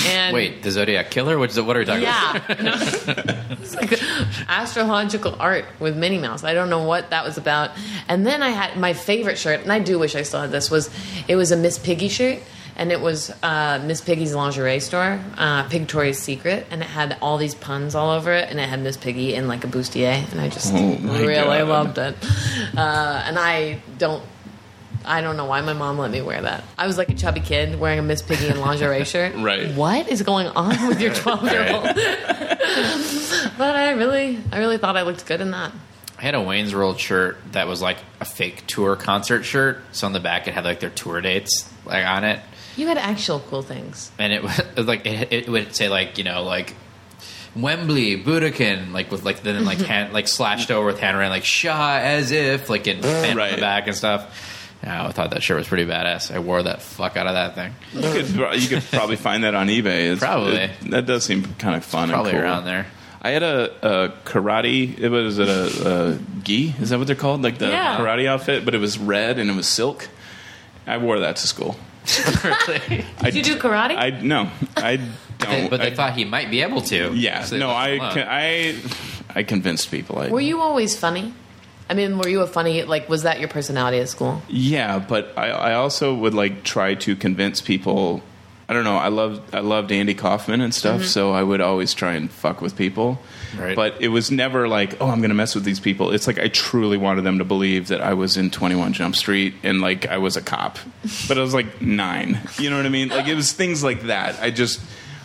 And
Wait, the Zodiac Killer? Which, what are we talking
Yeah. No. It's like astrological art with Minnie Mouse. I don't know what that was about. And then I had my favorite shirt, and I do wish I still had this. Was it was a Miss Piggy shirt, and it was uh, Miss Piggy's lingerie store, uh, Pigtoria's Secret, and it had all these puns all over it, and it had Miss Piggy in like a bustier, and I just
Oh, my
really
God.
loved it. Uh, and I don't I don't know why my mom let me wear that. I was like a chubby kid wearing a Miss Piggy and lingerie shirt.
Right.
What is going on with your 12 year old? but I really, I really thought I looked good in that.
I had a Wayne's World shirt that was like a fake tour concert shirt. So on the back, it had like their tour dates like on it,
You had actual cool things.
and it was like it, it would say like you know like Wembley Budokan like with like then
Mm-hmm.
like hand like slashed over with handwriting like Shah as if like in on
Right.
the back and stuff. Yeah, I thought that shirt was pretty badass. I wore that fuck out of that thing.
You could you could probably find that on eBay. It's,
Probably.
it- that does seem kind of fun.
Probably
and cool.
around there.
I had a, a karate. It was it a, a gi? Is that what they're called? Like the
Yeah.
karate outfit, but it was red and it was silk. I wore that to school. I,
Did you do karate?
I no. I
They-
don't.
but they
I-
thought he might be able to.
Oh, Yeah.
so they
no.
left
I
him alone.
con- I I convinced people. I
were you always funny? I mean, were you a funny, like, was that your personality at school?
Yeah, but I, I also would like try to convince people. I don't know. I loved I loved Andy Kaufman and stuff, so I would always try and fuck with people.
Right.
But it was never like, oh, I'm going to mess with these people. It's like I truly wanted them to believe that I was in 21 Jump Street and like I was a cop, but I was like nine. You know what I mean? Like it was things like that. I just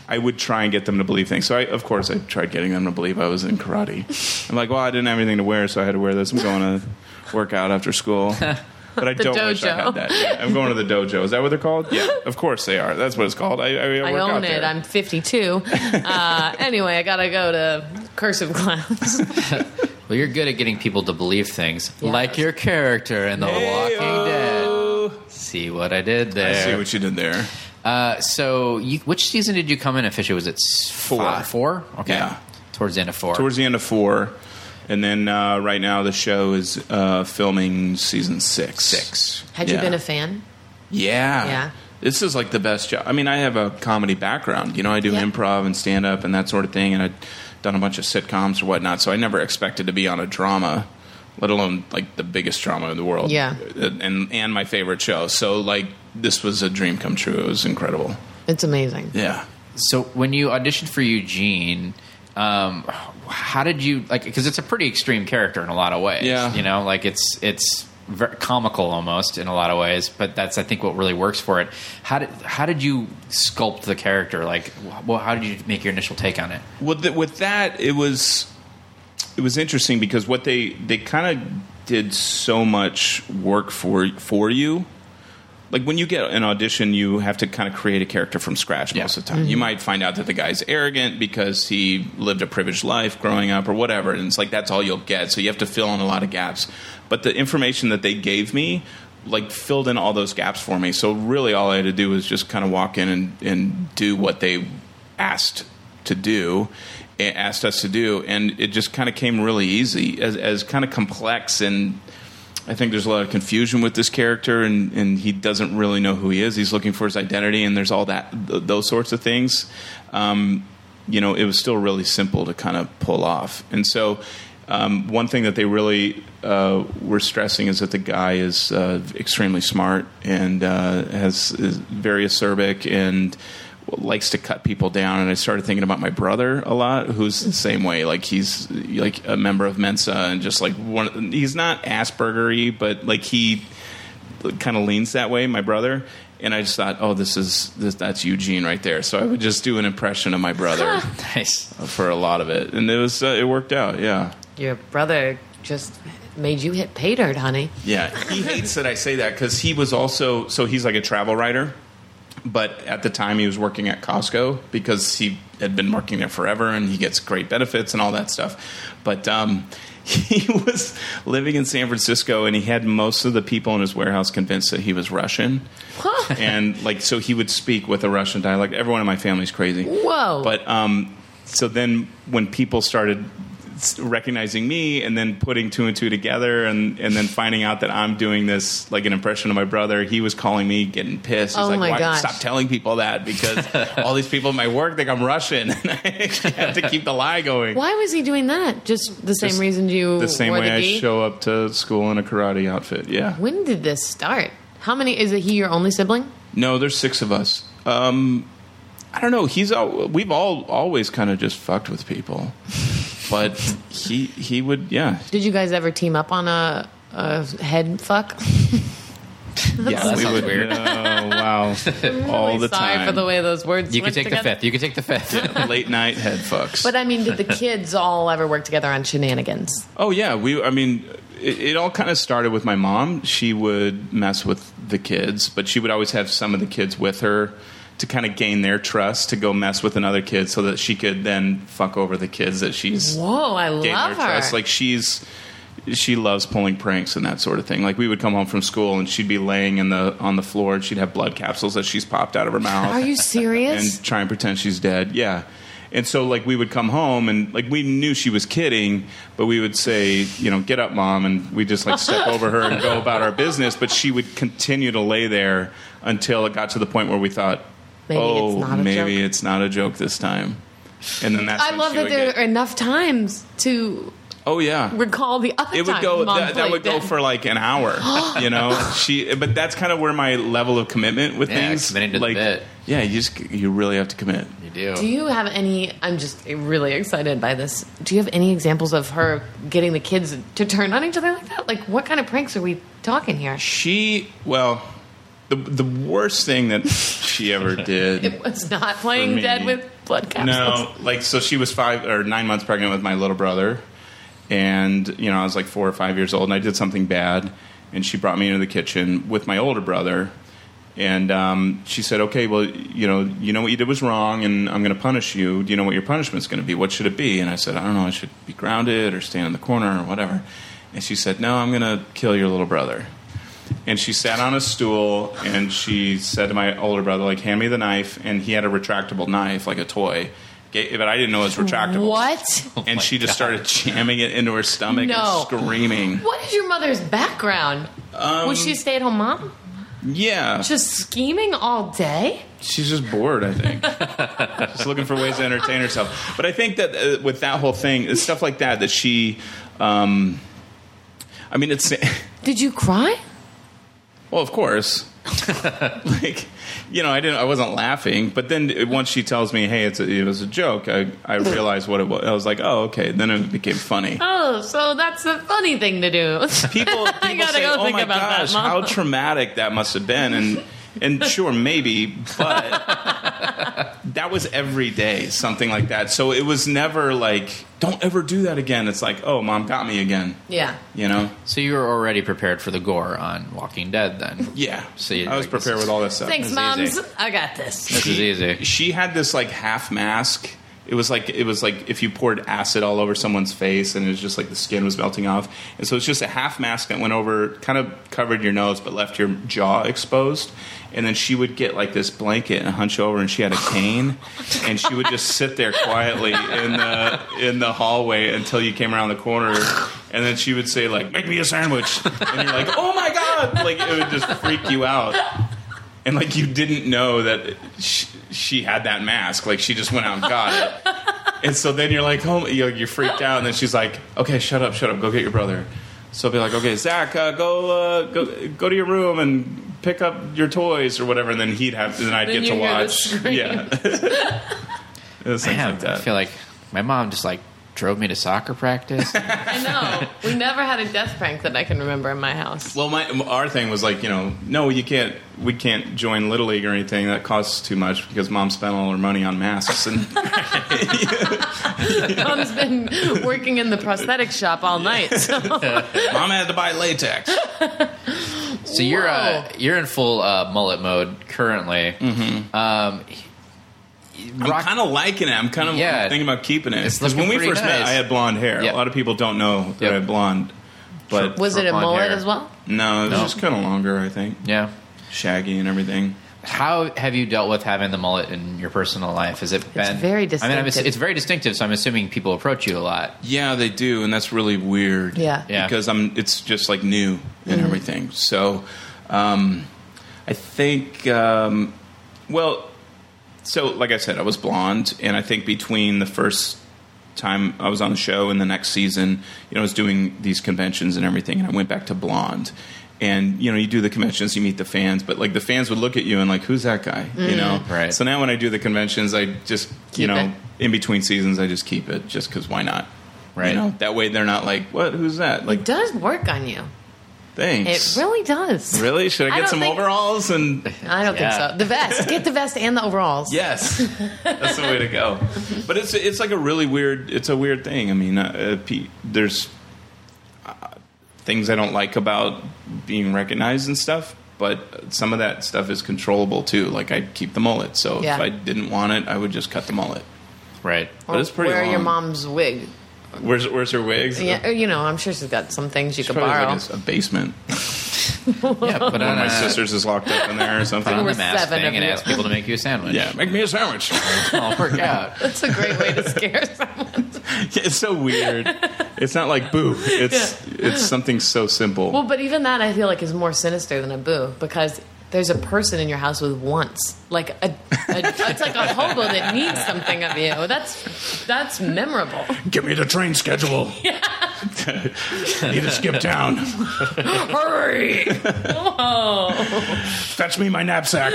I would try and get them to believe things. So I, of course, I tried getting them to believe I was in karate. I'm like, well, I didn't have anything to wear, so I had to wear this. I'm going to work out after school. But I don't wish I
dojo.
had that. Yeah, I'm going to the dojo. Is that what they're called? Yeah, of course they are. That's what it's called. I, I,
I
work out
own it.
there.
I'm 52. Uh, anyway, I gotta go to cursive class.
Well, you're good at getting people to believe things,
Yeah.
like your character in The Walking Dead.
Oh,
See what I did there.
I see what you did there.
Uh, so, you, which season did you come in officially? Was it s-
Four.
five- Four? Okay.
Yeah.
Towards the end of four.
Towards the end of four, and then uh, right now the show is uh, filming season six.
Six.
Had you
Yeah.
been a fan?
Yeah.
Yeah.
This is like the best job. I mean, I have a comedy background. You know, I do
Yeah.
improv and stand up and that sort of thing, and I've done a bunch of sitcoms or whatnot. So I never expected to be on a drama, let alone like the biggest drama in the world. Uh,
Yeah.
And and my favorite show. So like this was a dream come true. It was incredible.
It's amazing.
Yeah.
so, when you auditioned for Eugene, um, how did you like? Because it's a pretty extreme character in a lot of ways.
Yeah.
You know, like it's it's ver comical almost in a lot of ways, but that's I think what really works for it. How did how did you sculpt the character? Like, wh- well, how did you make your initial take on it?
Well, th- with that, it was it was interesting because what they they kind of did so much work for for you. Like when you get an audition, you have to kind of create a character from scratch most
Yeah.
of the time. You might find out that the guy's arrogant because he lived a privileged life growing up or whatever, and it's like that's all you'll get. So you have to fill in a lot of gaps. But the information that they gave me like filled in all those gaps for me. So really all I had to do was just kind of walk in and, and do what they asked to do asked us to do and it just kind of came really easy as, as kind of complex and i think there's a lot of confusion with this character and, and he doesn't really know who he is he's looking for his identity and there's all that th- those sorts of things um, you know it was still really simple to kind of pull off and so um, one thing that they really uh, were stressing is that the guy is uh, extremely smart and uh, has is very acerbic and likes to cut people down and i started thinking about my brother a lot who's the same way like he's like a member of mensa and just like one he's not aspergery but like he kind of leans that way my brother and i just thought oh this is this, that's eugene right there so i would just do an impression of my brother
Nice.
for a lot of it and it was uh, it worked out yeah
Your brother just made you hit pay dirt, honey.
Yeah, he hates that I say that because he was also so he's like a travel writer, but at the time he was working at Costco because he had been working there forever, and he gets great benefits and all that stuff. But um, he was living in San Francisco, and he had most of the people in his warehouse convinced that he was Russian. and like, so he would speak with a Russian dialect. Everyone in my family's crazy.
Whoa.
But um, so then when people started s- recognizing me and then putting two and two together and, and then finding out that I'm doing this like an impression of my brother, he was calling me getting pissed. He's
Oh
like,
my
Why,
gosh.
stop telling people that because all these people in my work think I'm Russian and I have to keep the lie going.
Why was he doing that? Just the same
Just
reason you
The same
wore
way
the
I
gi?
show up to school in a karate outfit. Yeah.
When did this start? How many is it? He your only sibling?
No, there's six of us. Um, I don't know. He's all, we've all always kind of just fucked with people, but he he would yeah.
Did you guys ever team up on a, a head fuck?
Yeah, that sounds
we would,
weird.
Oh wow, all
Really
the
sorry
time.
for the way those words.
You can
went
take
together.
the fifth. You can take the fifth.
Late night head fucks.
But I mean, did the kids all ever work together on shenanigans?
oh yeah, we. I mean, it, it all kind of started with my mom. She would mess with the kids, but she would always have some of the kids with her to kind of gain their trust to go mess with another kid, so that she could then fuck over the kids that she's
Whoa, I
gain
love
their
her.
trust. Like she's she loves pulling pranks and that sort of thing. Like we would come home from school and she'd be laying in the on the floor and she'd have blood capsules that she's popped out of her mouth.
Are you serious?
and try and pretend she's dead. Yeah. And so like we would come home and like we knew she was kidding, but we would say, you know, get up mom and we just like step over her and go about our business, but she would continue to lay there until it got to the point where we thought,
Maybe it's
oh,
not a
maybe
joke."
it's not a joke this time. And then that's
I
when
love
she
that
would
there
get-
are enough times to
Oh yeah.
recall the other
it would
time
go
Mom
that, that
played
would go
dead.
for like an hour you know she but that's kind of where my level of commitment with
Yeah,
things
committing to the
like
bit.
yeah you just you really have to commit
You do.
Do you have any? I'm just really excited by this. Do you have any examples of her getting the kids to turn on each other like that? Like, what kind of pranks are we talking here?
she well the the worst thing that she ever did
It was not playing
me.
dead with blood capsules.
No, like so she was five or nine months pregnant with my little brother, and you know I was like four or five years old, and I did something bad, and she brought me into the kitchen with my older brother, and um, she said, "Okay, well, you know, you know what you did was wrong, and I'm going to punish you. Do you know what your punishment's going to be? What should it be?" And I said, "I don't know. I should be grounded or stand in the corner or whatever." And she said, "No, I'm going to kill your little brother." and she sat on a stool and she said to my older brother like hand me the knife and he had a retractable knife like a toy Ga- but i didn't know it was retractable
What?
and she just started jamming it into her stomach
No.
and screaming
What is your mother's background?
Um,
was she a stay-at-home mom?
yeah
Just scheming all day?
she's just bored i think just looking for ways to entertain herself but i think that uh, with that whole thing it's stuff like that that she um, i mean it's
Did you cry?
Well, of course. like, you know, I didn't. I wasn't laughing. But then once she tells me, "Hey, it's a, it was a joke," I I realized what it was. I was like, "Oh, okay." Then it became funny.
Oh, so that's the funny thing to do.
People, people
I gotta
say,
go
"Oh
think
my
about that,
gosh,
Mom."
how traumatic that must have been," and. And sure, maybe, but that was every day, something like that. So it was never like, don't ever do that again. It's like, oh, mom got me again,
yeah.
you know?
So you were already prepared for the gore on Walking Dead, then?
Yeah.
So you-
I was
like, this
prepared
is-
with all that stuff.
Thanks,
That's
moms.
easy.
I got this.
This is easy.
She had this like half mask. It was like it was like if you poured acid all over someone's face, and it was just like the skin was melting off. And so it's just a half mask that went over, kind of covered your nose, but left your jaw exposed. And then she would get like this blanket and hunch over, and she had a cane, and she would just sit there quietly in the in the hallway until you came around the corner, and then she would say like, "Make me a sandwich," and you're like, "Oh my god!" Like it would just freak you out and like you didn't know that she, she had that mask. Like she just went out and got it. and so then you're like, oh, you're, you're freaked out. And then she's like, okay, shut up, shut up, go get your brother. So I'll be like, okay, Zach, uh, go uh, go go to your room and pick up your toys or whatever. And then he'd have, then I'd
Then
get to
you hear the
watch.
screams.
Yeah. It was things
Damn,
like that.
I feel like my mom just like drove me to soccer practice.
I know. We never had a death prank that I can remember in my house.
Well, my our thing was like you know, no, you can't. We can't join Little League or anything. That costs too much because mom spent all her money on masks and
Mom's been working in the prosthetic shop all night. So.
mom had to buy latex.
So
Mm.
you're uh, you're in full uh, mullet mode currently. Um, rock-
I'm kind of liking it. I'm kind of
Yeah.
thinking about keeping it.
It's
Because when
looking
we
pretty
first met,
nice.
I had blonde hair.
Yep.
A lot of people don't know that
Yep.
I had blonde. But
Was
Short
it a
blonde
mullet
hair.
as well?
no, it was
No.
just kind of longer, I think.
yeah.
Shaggy and everything.
How have you dealt with having the mullet in your personal life? Has it been
very
I mean, I'm,
distinctive.
it's very distinctive, so I'm assuming people approach you a lot.
Yeah, they do, and that's really weird.
Yeah.
Yeah. Mm-hmm.
Because I'm it's just like new and everything. So um I think um well so like I said, I was blonde and I think between the first time I was on the show and the next season, you know, I was doing these conventions and everything and I went back to blonde. And you know, you do the conventions, you meet the fans, but like the fans would look at you and like, who's that guy? You know,
Mm-hmm. Right.
So now when I do the conventions, I just
Keep
you know,
it.
in between seasons, I just keep it just because why not?
Right.
You know, that way they're not like, what? Who's that? Like,
It does work on you. It
thanks.
really does.
Really? Should
I
I get
don't
some
think-
overalls? And
I don't
Yeah.
think so. The vest. Get the vest and the overalls.
yes, that's the way to go. But it's it's like a really weird. It's a weird thing. I mean, uh, uh, pe- there's uh, things I don't like about being recognized and stuff. But some of that stuff is controllable too. Like I keep the mullet, so
Yeah.
if I didn't want it, I would just cut the mullet.
Right.
But it's pretty
wear your
long.
mom's wig.
Where's where's her wigs?
Yeah, you know, I'm sure she's got some things you
She
could
probably
borrow.
has, like a, a basement.
Yeah, put
One
on
of my
a,
sisters is locked up in there or something.
put on
There
the
were
mask
seven
thing
of
and
you.
ask people to make you a sandwich.
Yeah, make me a sandwich.
I'll work out.
That's a great way to scare someone.
it's so weird. It's not like boo. It's it's something so simple.
Well, but even that I feel like is more sinister than a boo because there's a person in your house with wants. Like a, a it's like a hobo that needs something of you. That's that's memorable.
Give me the train schedule. Need to skip town.
Hurry! Whoa!
Fetch me my knapsack.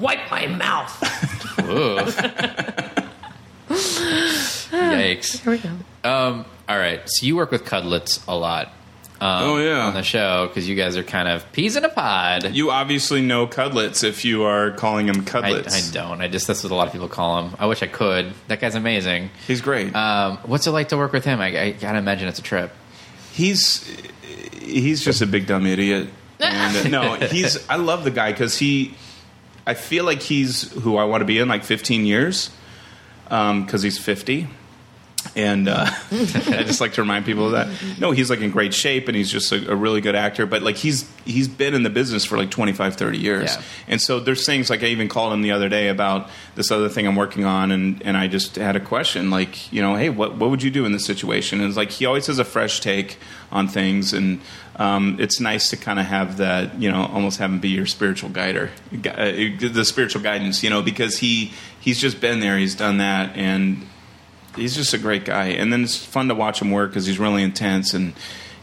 Wipe my mouth.
Ooh. Yikes.
Here we go.
Um, all right. So you work with Cudlets a lot. Um,
Oh, yeah.
On the show because you guys are kind of peas in a pod.
You obviously know cudlets if you are calling
I,
him cudlets.
I don't. I just that's what a lot of people call him. I wish I could. That guy's amazing.
He's great.
Um, what's it like to work with him? I, I gotta imagine it's a trip.
he's he's just a big dumb idiot. And, uh, no, he's I love the guy because he. I feel like he's who I want to be in like 15 years because he's 50. And uh, I just like to remind people of that. No, he's like in great shape and he's just a, a really good actor. But like he's he's been in the business for like 25, 30 years.
Yeah.
And so there's things like I even called him the other day about this other thing I'm working on, and, and I just had a question like, you know, hey, what what would you do in this situation? And it's like he always has a fresh take on things, and um, it's nice to kind of have that, you know, almost have him be your spiritual guider, gu- uh, the spiritual guidance, you know, because he he's just been there, he's done that, and he's just a great guy and then it's fun to watch him work because he's really intense and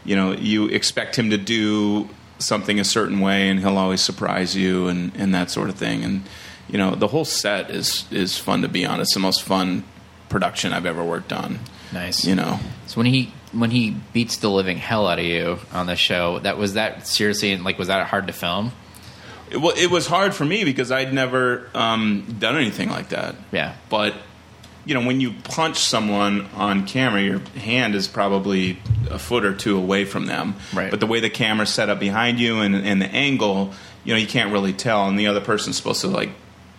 you know you expect him to do something a certain way and he'll always surprise you and, and that sort of thing and you know the whole set is is fun to be on it's the most fun production i've ever worked on
Nice.
you know
So when he when he beats the living hell out of you on the show, that was that seriously like was that hard to film?
it, well, it was hard for me because i'd never um, done anything like that
Yeah.
but you know when you punch someone on camera your hand is probably a foot or two away from them
Right.
but the way the camera's set up behind you and, and the angle you know you can't really tell and the other person's supposed to like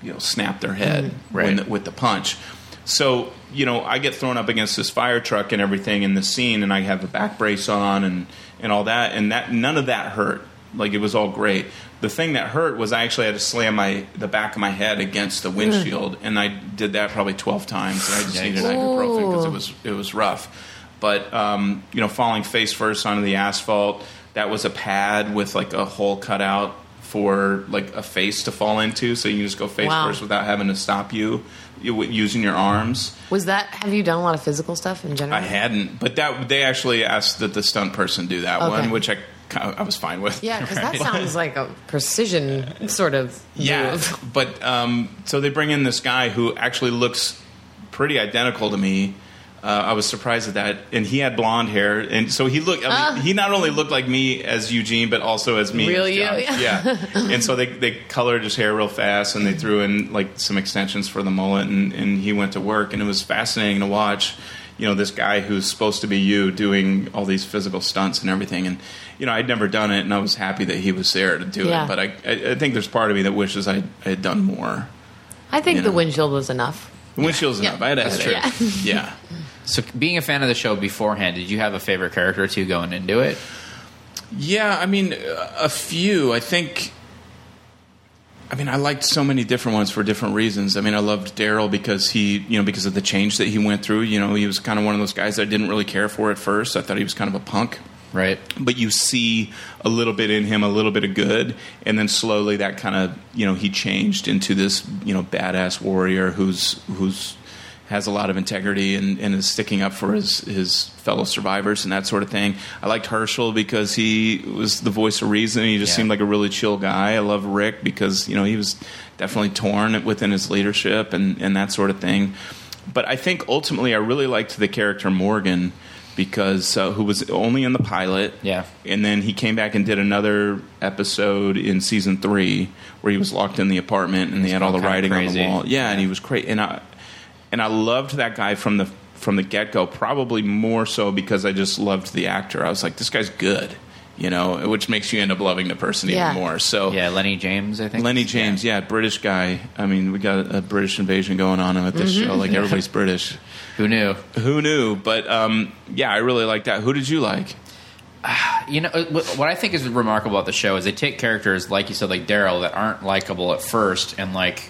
you know snap their head when
Right.
the, with the punch so you know i get thrown up against this fire truck and everything in the scene and i have a back brace on and and all that and that none of that hurt like it was all great the thing that hurt was i actually had to slam my the back of my head against the windshield and i did that probably 12 times and i just needed ibuprofen because it was it was rough but um, you know falling face first onto the asphalt that was a pad with like a hole cut out for like a face to fall into so you can just go face
Wow.
first without having to stop you you- using your arms
Was that? Have you done a lot of physical stuff in general?
I hadn't, but that they actually asked that the stunt person do that
Okay.
one, which I ki- I was fine with.
Yeah, because that sounds like a precision sort of
yeah.
move.
But um, so they bring in this guy who actually looks pretty identical to me. Uh, I was surprised at that, and he had blonde hair, and so he looked. I mean, he not only looked like me as Eugene, but also as me.
Real
as
you?
Josh. yeah. And so they they colored his hair real fast, and they threw in like some extensions for the mullet, and, and he went to work, and it was fascinating to watch. You know, this guy who's supposed to be you doing all these physical stunts and everything, and you know, I'd never done it, and I was happy that he was there to do
Yeah.
it, but I I, I think there's part of me that wishes I, I had done more.
I I think
You
the
know.
windshield was enough.
Windshield's
Yeah.
enough. I had a
That's
headache.
true.
Yeah.
So, being a fan of the show beforehand, did you have a favorite character or two going into it?
Yeah, I mean, a few. I think. I mean, I liked so many different ones for different reasons. I mean, I loved Daryl because he, you know, because of the change that he went through. You know, he was kind of one of those guys that I didn't really care for at first. I thought he was kind of a punk.
Right.
But you see a little bit in him, a little bit of good, and then slowly that kind of you know he changed into this you know badass warrior who's who's has a lot of integrity and, and is sticking up for his his fellow survivors and that sort of thing. I liked Herschel because he was the voice of reason. He just
Yeah.
seemed like a really chill guy. I love Rick because you know he was definitely torn within his leadership and and that sort of thing. But I think ultimately I really liked the character Morgan because uh, who was only in the pilot.
Yeah.
And then he came back and did another episode in season three where he was locked in the apartment and they had all the
kinda
writing
crazy.
on the wall. Yeah, and he was crazy. And I and I loved that guy from the from the get go. Probably more so because I just loved the actor. I was like, this guy's good, you know, which makes you end up loving the person
Yeah.
even more. So
Yeah, Lenny James, I think.
Oh. Lenny James, yeah. British guy. I mean, we got a British invasion going on at this show. Like everybody's British.
Who knew?
Who knew? But um, yeah, I really like that. Who did you like?
You know, uh, wh- what I think is remarkable about the show is they take characters, like you said, like Daryl, that aren't likable at first, and like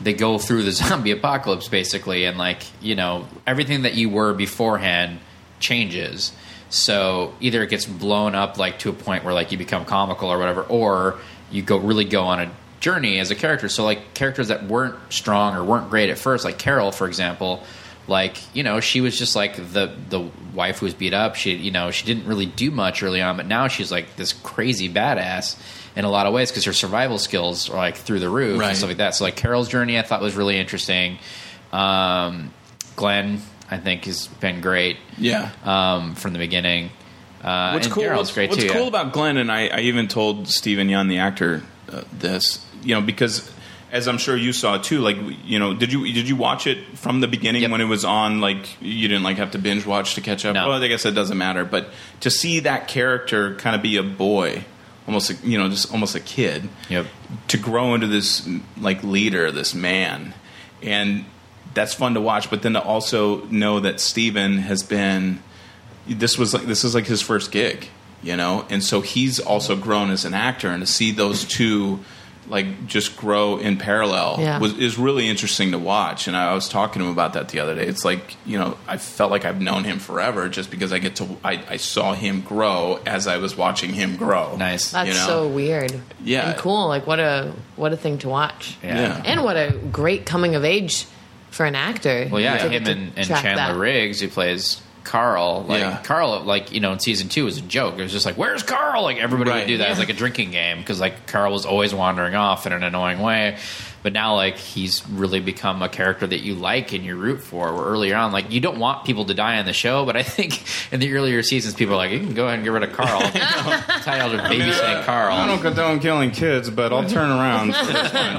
they go through the zombie apocalypse basically, and like, you know, everything that you were beforehand changes. So either it gets blown up like to a point where like you become comical or whatever, or you go really go on a journey as a character. So like characters that weren't strong or weren't great at first, like Carol, for example, like you know she was just like the the wife who was beat up she you know she didn't really do much early on but now she's like this crazy badass in a lot of ways because her survival skills are like through the roof
Right.
and stuff like that so like carol's journey i thought was really interesting um glenn i think has been great
Yeah.
um from the beginning uh
what's
and
cool,
Daryl's
what's,
great
what's
too
cool
yeah.
about Glenn, and I, I even told Steven Yeun, the actor, uh, this, you know, because as I'm sure you saw too, like, you know, did you did you watch it from the beginning
Yep.
when it was on? Like, you didn't like have to binge watch to catch up.
No.
Well, I guess that doesn't matter. But to see that character kind of be a boy, almost, a, you know, just almost a kid,
Yep.
to grow into this like leader, this man, and that's fun to watch. But then to also know that Steven has been this was like this is like his first gig, you know, and so he's also grown as an actor, and to see those two like just grow in parallel
Yeah.
was is really interesting to watch. And I, I was talking to him about that the other day. It's like you know I felt like I've known him forever just because I get to I, I saw him grow as I was watching him grow.
nice
That's
You know?
so weird.
Yeah.
And cool. Like what a what a thing to watch.
Yeah.
And what a great coming of age for an actor.
Well, yeah,
To get
him
to
and, and
track
Chandler
that.
Riggs, who plays Carl. Like
Yeah.
Carl, like you know, in season two was a joke. It was just like, "Where's Carl?" Like everybody
Right.
would do that. It's like a drinking game because like Carl was always wandering off in an annoying way. But now, like he's really become a character that you like and you root for. Where earlier on, like you don't want people to die on the show, but I think in the earlier seasons, people are like, "You can go ahead and get rid of Carl." Tired of
uh,
babysitting Carl.
I don't condone killing kids, but I'll turn around.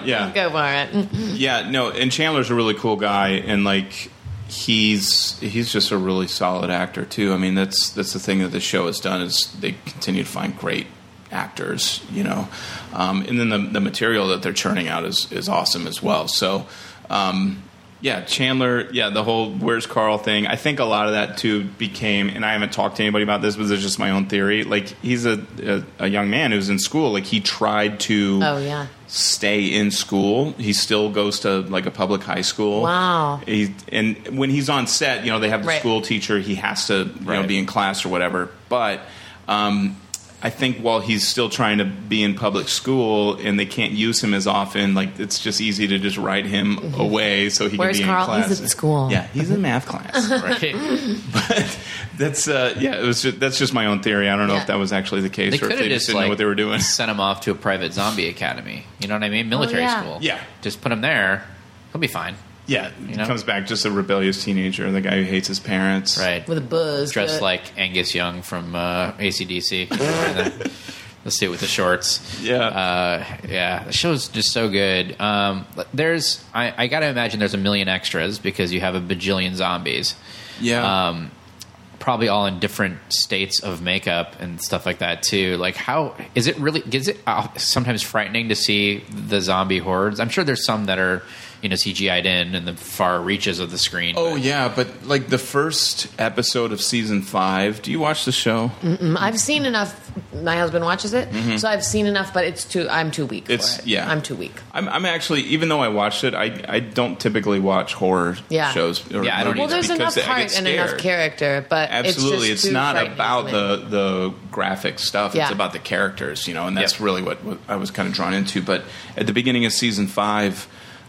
yeah,
Go for it. Mm-hmm.
yeah, no, and Chandler's a really cool guy, and like he's he's just a really solid actor too. I mean, that's that's the thing that the show has done is they continue to find great actors, you know, um, and then the the material that they're churning out is is awesome as well. So. Um, yeah, Chandler. Yeah, the whole "Where's Carl" thing. I think a lot of that too became, and I haven't talked to anybody about this, but it's just my own theory. Like he's a, a a young man who's in school. Like he tried to
Oh yeah.
stay in school. He still goes to like a public high school.
Wow.
He, and when he's on set, you know, they have the
Right.
school teacher. He has to, you know,
Right.
be in class or whatever. But um, I think while he's still trying to be in public school and they can't use him as often, like it's just easy to just write him away so he
Mm-hmm. Where's
can be
Carl?
in class.
He's at school.
Yeah, he's in math class.
Right.
but that's uh, yeah, it was just, that's just my own theory. I don't know
Yeah.
if that was actually the case
They
or
could
if
have
they
just
didn't
like
know what they were doing.
Sent him off to a private zombie academy. You know what I mean? Military
Oh, yeah.
school.
Yeah.
Just put him there. He'll be fine.
Yeah, he
know?
comes back just a rebellious teenager, the guy who hates his parents.
Right.
With a buzz.
Dressed
cut.
like Angus Young from uh, ACDC. And then Let's see it with the shorts.
Yeah.
Uh, yeah. The show's just so good. Um, there's, I, I got to imagine there's a million extras because you have a bajillion zombies.
Yeah.
Um, probably all in different states of makeup and stuff like that too. Like, how is it really? Is it uh, sometimes frightening to see the zombie hordes? I'm sure there's some that are you know CGI'd in in the far reaches of the screen.
Oh yeah, but like the first episode of season five. Do you watch the show?
Mm-hmm.
mm, I've seen enough. My husband watches it, so I've seen enough. But it's too. I'm too weak.
Mm-hmm. It's-
for it.
yeah.
I'm too weak.
I'm, I'm actually, even though I watched it, I, I don't typically watch horror
Yeah.
shows. Or
Yeah, I don't either.
movies
Well, there's
because
enough
I get
heart and enough
scared.
character, but
Absolutely,
it's,
it's,
just too
not
frightening
about
for me.
the the graphic stuff.
Yeah.
It's about the characters, you know, and that's
Yep.
really what, what I was kind of drawn into. But at the beginning of season five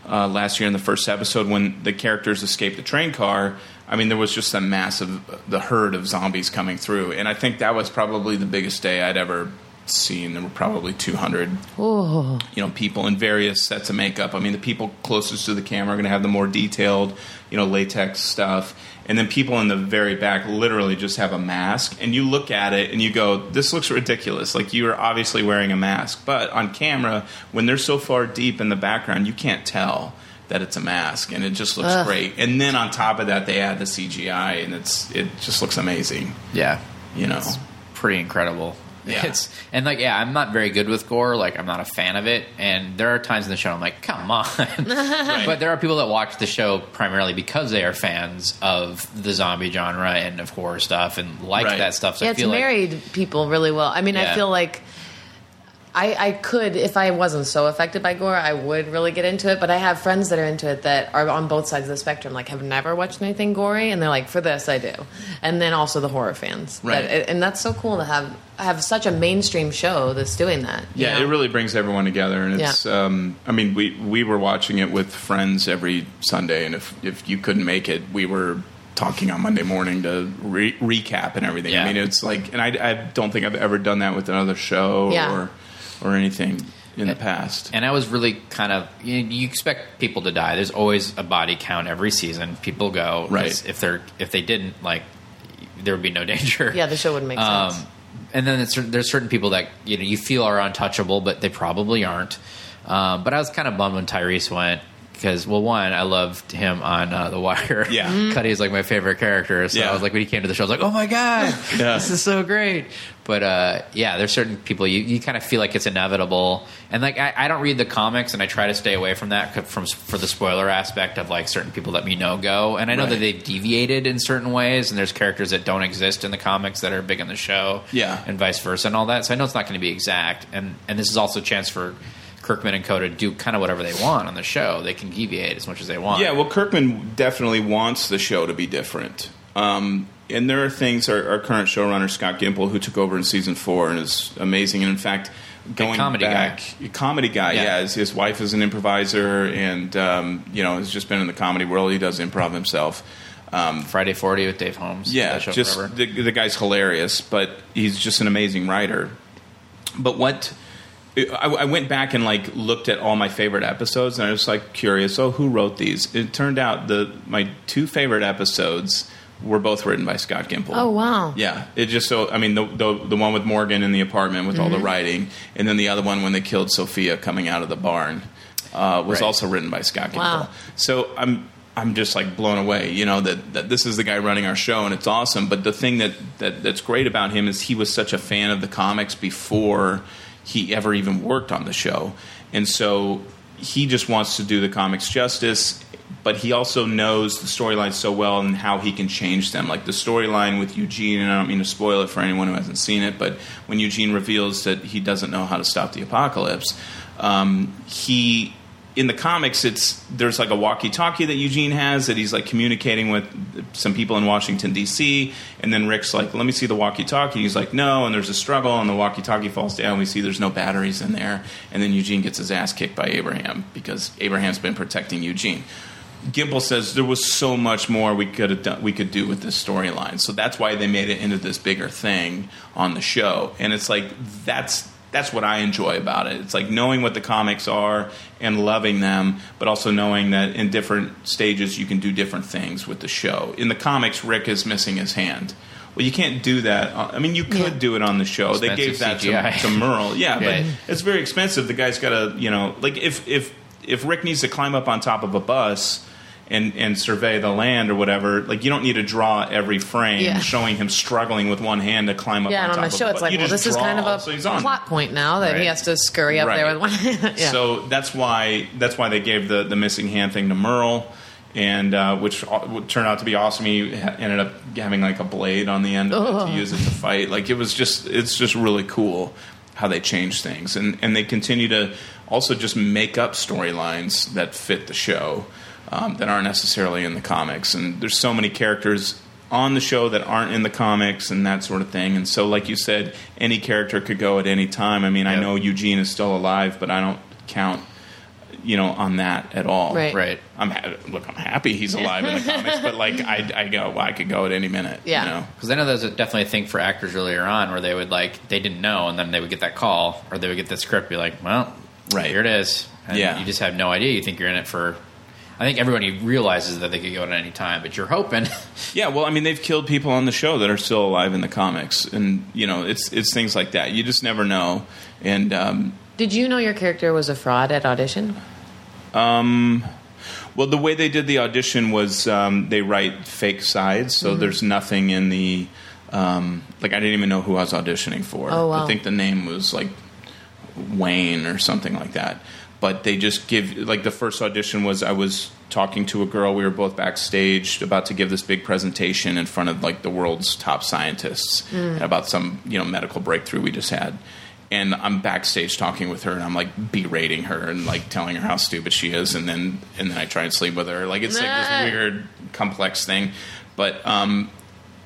uh, last year, in the first episode, when the characters escaped the train car, I mean, there was just a massive the herd of zombies coming through, and I think that was probably the biggest day I'd ever seen. There were probably two hundred you know people in various sets of makeup. I mean, the people closest to the camera are going to have the more detailed, you know, latex stuff, and then people in the very back literally just have a mask. And you look at it and you go, "This looks ridiculous." Like you are obviously wearing a mask, but on camera, when they're so far deep in the background, you can't tell that it's a mask, and it just looks great. And then on top of that, they add the CGI, and it's it just looks amazing.
Yeah,
You know.
it's pretty incredible.
Yeah.
It's and like yeah, I'm not very good with gore. Like I'm not a fan of it, and there are times in the show I'm like, come on. But there are people that watch the show primarily because they are fans of the zombie genre and of horror stuff and like
Right.
that stuff. So I
yeah, it's
feel like-
married people really well. I mean,
Yeah.
I feel like I, I could, if I wasn't so affected by gore, I would really get into it. But I have friends that are into it that are on both sides of the spectrum, like have never watched anything gory, and they're like, for this, I do. And then also the horror fans,
Right.
That, and that's so cool to have have such a mainstream show that's doing that. you
Yeah,
know?
it really brings everyone together, and it's.
Yeah.
Um, I mean, we we were watching it with friends every Sunday, and if if you couldn't make it, we were talking on Monday morning to re- recap and everything.
Yeah.
I mean, it's like, and I, I don't think I've ever done that with another show
Yeah. Uh,
or or anything in the past.
And I was really kind of you, you expect people to die. There's always a body count every season. People go 'cause
Right.
if they're if they didn't like there would be no danger.
Yeah, the show wouldn't make
Um,
sense.
Um, And then it's, there's certain people that you know you feel are untouchable, but they probably aren't. Um, but I was kind of bummed when Tyrese went because, well, one, I loved him on uh, The Wire.
Yeah. Mm.
Cuddy is like my favorite character, so I
Yeah.
was like, when he came to the show, I was like, oh my god,
Yeah.
this is so great. But uh, yeah, there's certain people you, you kind of feel like it's inevitable, and like I, I don't read the comics, and I try to stay away from that 'cause- from for the spoiler aspect of like certain people that we know go, and I know
Right.
that they've deviated in certain ways, and there's characters that don't exist in the comics that are big in the show,
Yeah.
and vice versa, and all that. So I know it's not going to be exact, and and this is also a chance for. Kirkman and Co to do kind of whatever they want on the show. They can deviate as much as they want.
Yeah, well, Kirkman definitely wants the show to be different. Um, and there are things our, our current showrunner Scott Gimple, who took over in season four, and is amazing. And in fact, going
comedy
back, comedy guy,
Yeah.
yeah. his, his wife is an improviser, and um, you know, has just been in the comedy world. He does improv himself.
Friday Forty with Dave Holmes.
Yeah,
That show
just
forever.
the, the guy's hilarious, but he's just an amazing writer. But what I, I went back and like looked at all my favorite episodes, and I was like curious. Oh, who wrote these? It turned out the my two favorite episodes were both written by Scott Gimple.
Oh, wow.
Yeah, it just so I mean the the, the one with Morgan in the apartment with all
Mm-hmm.
the writing, and then the other one when they killed Sophia coming out of the barn uh, was
Right.
also written by Scott Gimple.
Wow.
So I'm I'm just like blown away, you know, that, that this is the guy running our show and it's awesome. But the thing that, that that's great about him is he was such a fan of the comics before he ever even worked on the show. And so he just wants to do the comics justice, but he also knows the storyline so well and how he can change them. Like the storyline with Eugene, and I don't mean to spoil it for anyone who hasn't seen it, but when Eugene reveals that he doesn't know how to stop the apocalypse, um, he in the comics it's there's like a walkie-talkie that Eugene has that he's like communicating with some people in Washington D.C. and then Rick's like let me see the walkie-talkie he's like no and there's a struggle and the walkie-talkie falls down we see there's no batteries in there and then Eugene gets his ass kicked by Abraham because Abraham's been protecting Eugene Gimple says there was so much more we could have done, we could do with this storyline. So that's why they made it into this bigger thing on the show. And it's like that's that's what I enjoy about it. It's like knowing what the comics are and loving them, but also knowing that in different stages you can do different things with the show. In the comics, Rick is missing his hand. Well, you can't do that. on- I mean, you could
Yeah.
do it on the show. they
Expensive
gave that
CGI.
to, to Merle. Yeah,
Right.
but it's very expensive. The guy's got to, you know, like if if if Rick needs to climb up on top of a bus and and survey the land or whatever, like you don't need to draw every frame
Yeah.
showing him struggling with one hand to climb up.
Yeah,
on
and on
top
the
of
show,
a
it's
butt.
like,
You
well,
just
this is kind
draw,
of
so
a
he's on
plot point now that
Right.
he has to scurry up there with one.
Right.
yeah.
So that's why that's why they gave the the missing hand thing to Merle, and uh, which au- would turn out to be awesome. He ha- ended up having like a blade on the end of it
Ugh.
to use it to fight. Like it was just it's just really cool how they change things, and and they continue to also just make up storylines that fit the show um, that aren't necessarily in the comics. And there's so many characters. On the show that aren't in the comics and that sort of thing, and so like you said, any character could go at any time. I mean, I
Yeah.
know Eugene is still alive, but I don't count, you know, on that at all.
Right.
Right.
I'm ha- look. I'm happy he's alive in the comics, but like I, I go, well, I could go at any minute.
Yeah.
You know?
Because I know that was definitely a thing for actors earlier on where they would like they didn't know, and then they would get that call or they would get that script, be like, "Well,
Right.
here it is." And
Yeah.
you just have no idea. You think you're in it for. I think everybody realizes that they could go at any time, but you're hoping.
Yeah. Well, I mean, they've killed people on the show that are still alive in the comics, and you know, it's it's things like that. You just never know. And um,
Did you know your character was a fraud at audition?
well, the way they did the audition was um, they write fake sides, so
Mm-hmm.
there's nothing in the um, like. I didn't even know who I was auditioning for.
Oh, wow.
I think the name was like Wayne or something like that. But they just give like the first audition was I was talking to a girl. We were both backstage about to give this big presentation in front of like the world's top scientists about some you know medical breakthrough we just had. And I'm backstage talking with her, and I'm like berating her and like telling her how stupid she is, and then and then I try and sleep with her. Like it's like
Ah.
this weird complex thing. But um,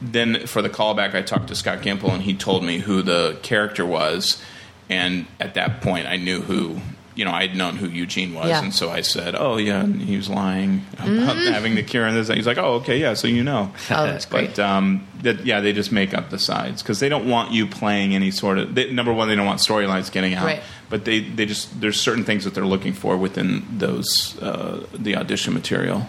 then for the callback, I talked to Scott Gimple, and he told me who the character was. And at that point, I knew who, you know, I'd known who Eugene was.
Yeah.
And so I said, oh, yeah, and he was lying about having the cure and this. He's like, oh, okay, yeah, so you know.
Oh, that's great.
But um, that, yeah, they just make up the sides because they don't want you playing any sort of. They, number one, they don't want storylines getting out.
Right.
But they, they just, there's certain things that they're looking for within those, uh, the audition material.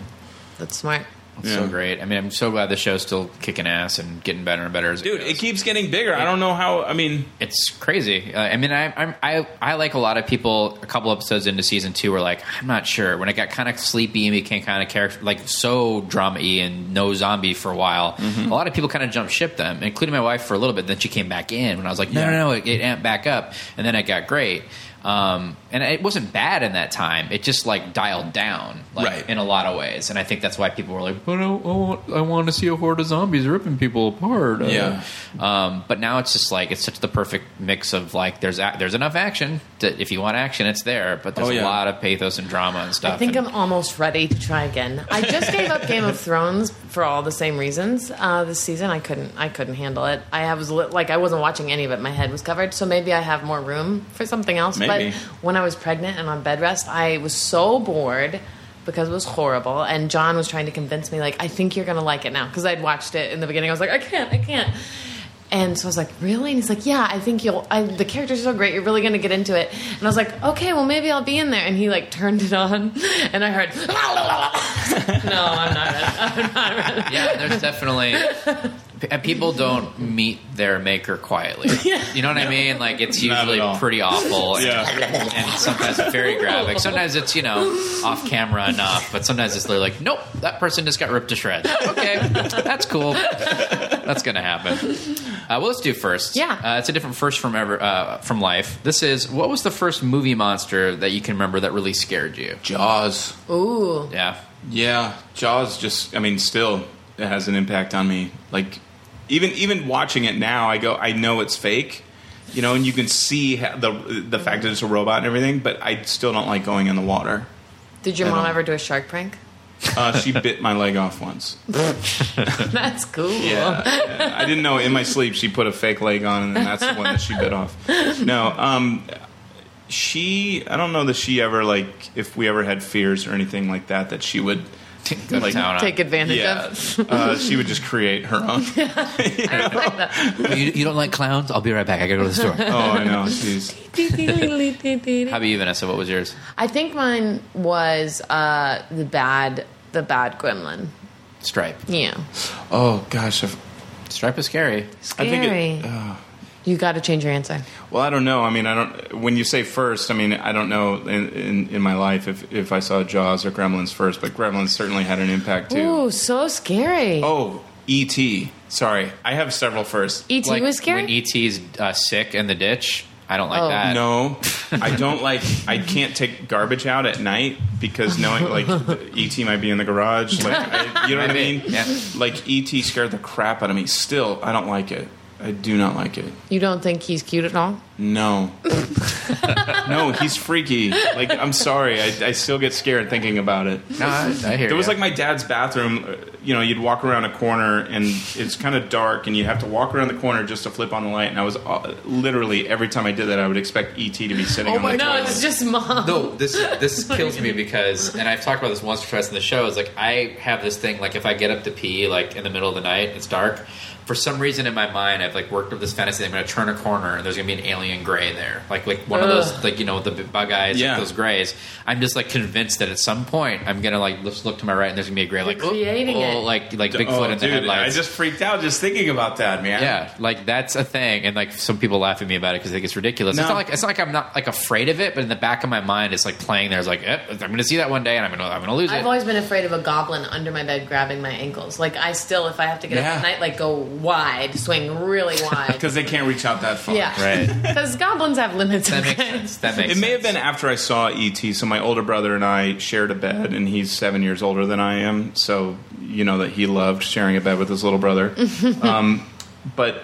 That's smart.
It's
Yeah.
so great. I mean, I'm so glad the show's still kicking ass and getting better and better as
Dude,
it
it
goes.
keeps getting bigger. I don't know how, I mean.
it's crazy. Uh, I mean, I, I'm, I I like a lot of people. A couple episodes into season two, were like, I'm not sure. When it got kind of sleepy and became kind of character like so drama y and no zombie for a while,
Mm-hmm.
a lot of people kind of jumped ship them, including my wife for a little bit. Then she came back in when I was like, no,
Yeah.
no, no, it, it amped back up, and then it got great. Um, and it wasn't bad in that time. It just like dialed down, like,
Right.
in a lot of ways. And I think that's why people were like, but I, I want, I want to see a horde of zombies ripping people apart. Uh,
Yeah.
um, but now it's just like it's such the perfect mix of like there's a- there's enough action that if you want action, it's there. But there's
Oh, yeah.
a lot of pathos and drama and stuff.
I think
and
I'm almost ready to try again. I just gave up Game of Thrones for all the same reasons. Uh, this season, I couldn't, I couldn't handle it. I was li- like, I wasn't watching any of it. My head was covered, so maybe I have more room for something else.
Maybe.
But when I was pregnant and on bed rest, I was so bored because it was horrible. And John was trying to convince me, like, I think you're gonna like it now because I'd watched it in the beginning. I was like, I can't, I can't. And so I was like, really? And he's like, yeah, I think you'll. I, the characters are so great. You're really going to get into it. And I was like, okay, well maybe I'll be in there. And he like turned it on, and I heard, no, I'm not. Ready. I'm not ready.
yeah, there's definitely and people don't meet their maker quietly. You know what I mean? Like it's
Not at
usually
all.
pretty awful. and-
Yeah.
And sometimes very graphic. Sometimes it's you know off camera enough, but sometimes it's literally like, nope, that person just got ripped to shreds. Okay, that's cool. That's gonna happen. Uh, well, let's do first.
Yeah.
uh, it's a different first from ever uh, from life. This is what was the first movie monster that you can remember that really scared you?
Jaws.
Ooh,
Yeah,
Yeah, Jaws just I mean still it has an impact on me. Like even even watching it now I go I know it's fake. You know, and you can see ha- the the fact that it's a robot and everything, but I still don't like going in the water.
did your
I
mom
don't-
ever do a shark prank?
Uh, she bit my leg off once.
That's cool.
Yeah, yeah. I didn't know. In my sleep, she put a fake leg on, and then that's the one that she bit off. No, um, she. I don't know that she ever like if we ever had fears or anything like that that she would
Go to
Like,
town on it.
Take advantage
Yeah,
of.
uh, she would just create her own.
You, you don't like clowns? I'll be right back. I gotta go to the store.
Oh, I know. Jeez.
How about you, Vanessa? What was yours?
I think mine was uh, the bad, the bad gremlin.
Stripe.
Yeah,
Oh gosh, I've,
Stripe is scary.
I
scary.
think it, uh,
You got to change your answer.
Well, I don't know. I mean, I don't. When you say first, I mean, I don't know in, in, in my life if, if I saw Jaws or Gremlins first, but Gremlins certainly had an impact too.
Ooh, so scary.
Oh, E.T. Sorry, I have several first.
E.T.
Like,
E was scary.
When ET's uh, sick in the ditch, I don't like
Oh.
that.
No, I don't like. I can't take garbage out at night because knowing like ET might be in the garage. Like I, you know what I
Maybe,
mean?
yeah.
Like ET scared the crap out of me. Still, I don't like it. I do not like it.
you don't think he's cute at all?
No, no, he's freaky. Like I'm sorry, I, I still get scared thinking about it.
No, I, I hear
There was
ya.
like my dad's bathroom. uh, You know, you'd walk around a corner and it's kind of dark, and you'd have to walk around the corner just to flip on the light. And I was uh, literally every time I did that, I would expect ET to be sitting. on my
Oh, no,
toilet.
it's just mom.
No, this this kills me because, and I've talked about this once or twice in the show. Is like I have this thing like if I get up to pee like in the middle of the night, it's dark. For some reason in my mind, I've like worked up this fantasy. that I'm going to turn a corner and there's going to be an alien gray there, like like one of those
Ugh.
like you know the bug eyes,
Yeah.
like those grays. I'm just like convinced that at some point I'm going to like just look to my right and there's going to be a gray like oh,
creating
oh,
it.
like like
D-
Bigfoot
oh,
in the
dude,
headlights.
I just freaked out just thinking about that, man.
yeah, like that's a thing, and like some people laugh at me about it because they think it's ridiculous. It's
No.
not like it's not like I'm not like afraid of it, but in the back of my mind, it's like playing there. It's like eh, I'm going to see that one day, and I'm going to I'm going to lose
I've
it.
always been afraid of a goblin under my bed grabbing my ankles. Like I still, if I have to get
Yeah.
up at night, like go wide, swing really wide.
Because they can't reach out that far.
yeah,
right.
Because goblins have limits.
That makes
okay?
sense. That makes.
It may have
sense.
been after I saw E.T., so my older brother and I shared a bed, and he's seven years older than I am, so you know that he loved sharing a bed with his little brother. um, but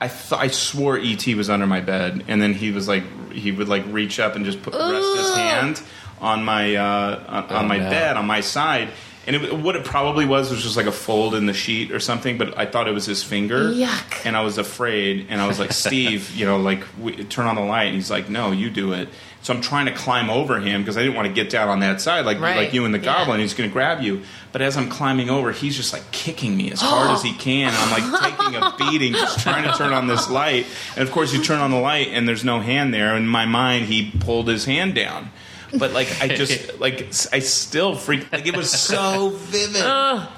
I, th- I swore E.T. was under my bed, and then he was like, he would like reach up and just put, rest his hand on my uh, on, on my
no.
bed on my side. And it, what it probably was was just like a fold in the sheet or something, but I thought it was his finger.
Yuck.
And I was afraid, and I was like, Steve, you know, like we, turn on the light, and he's like, No, you do it. So I'm trying to climb over him because I didn't want to get down on that side, like
Right.
like you and the
Yeah.
goblin. He's going to grab you, but as I'm climbing over, he's just like kicking me as hard as he can. And I'm like taking a beating, just trying to turn on this light. And of course, you turn on the light, and there's no hand there. In my mind, he pulled his hand down. But like I just like s- I still freak like it was so vivid.
Oh,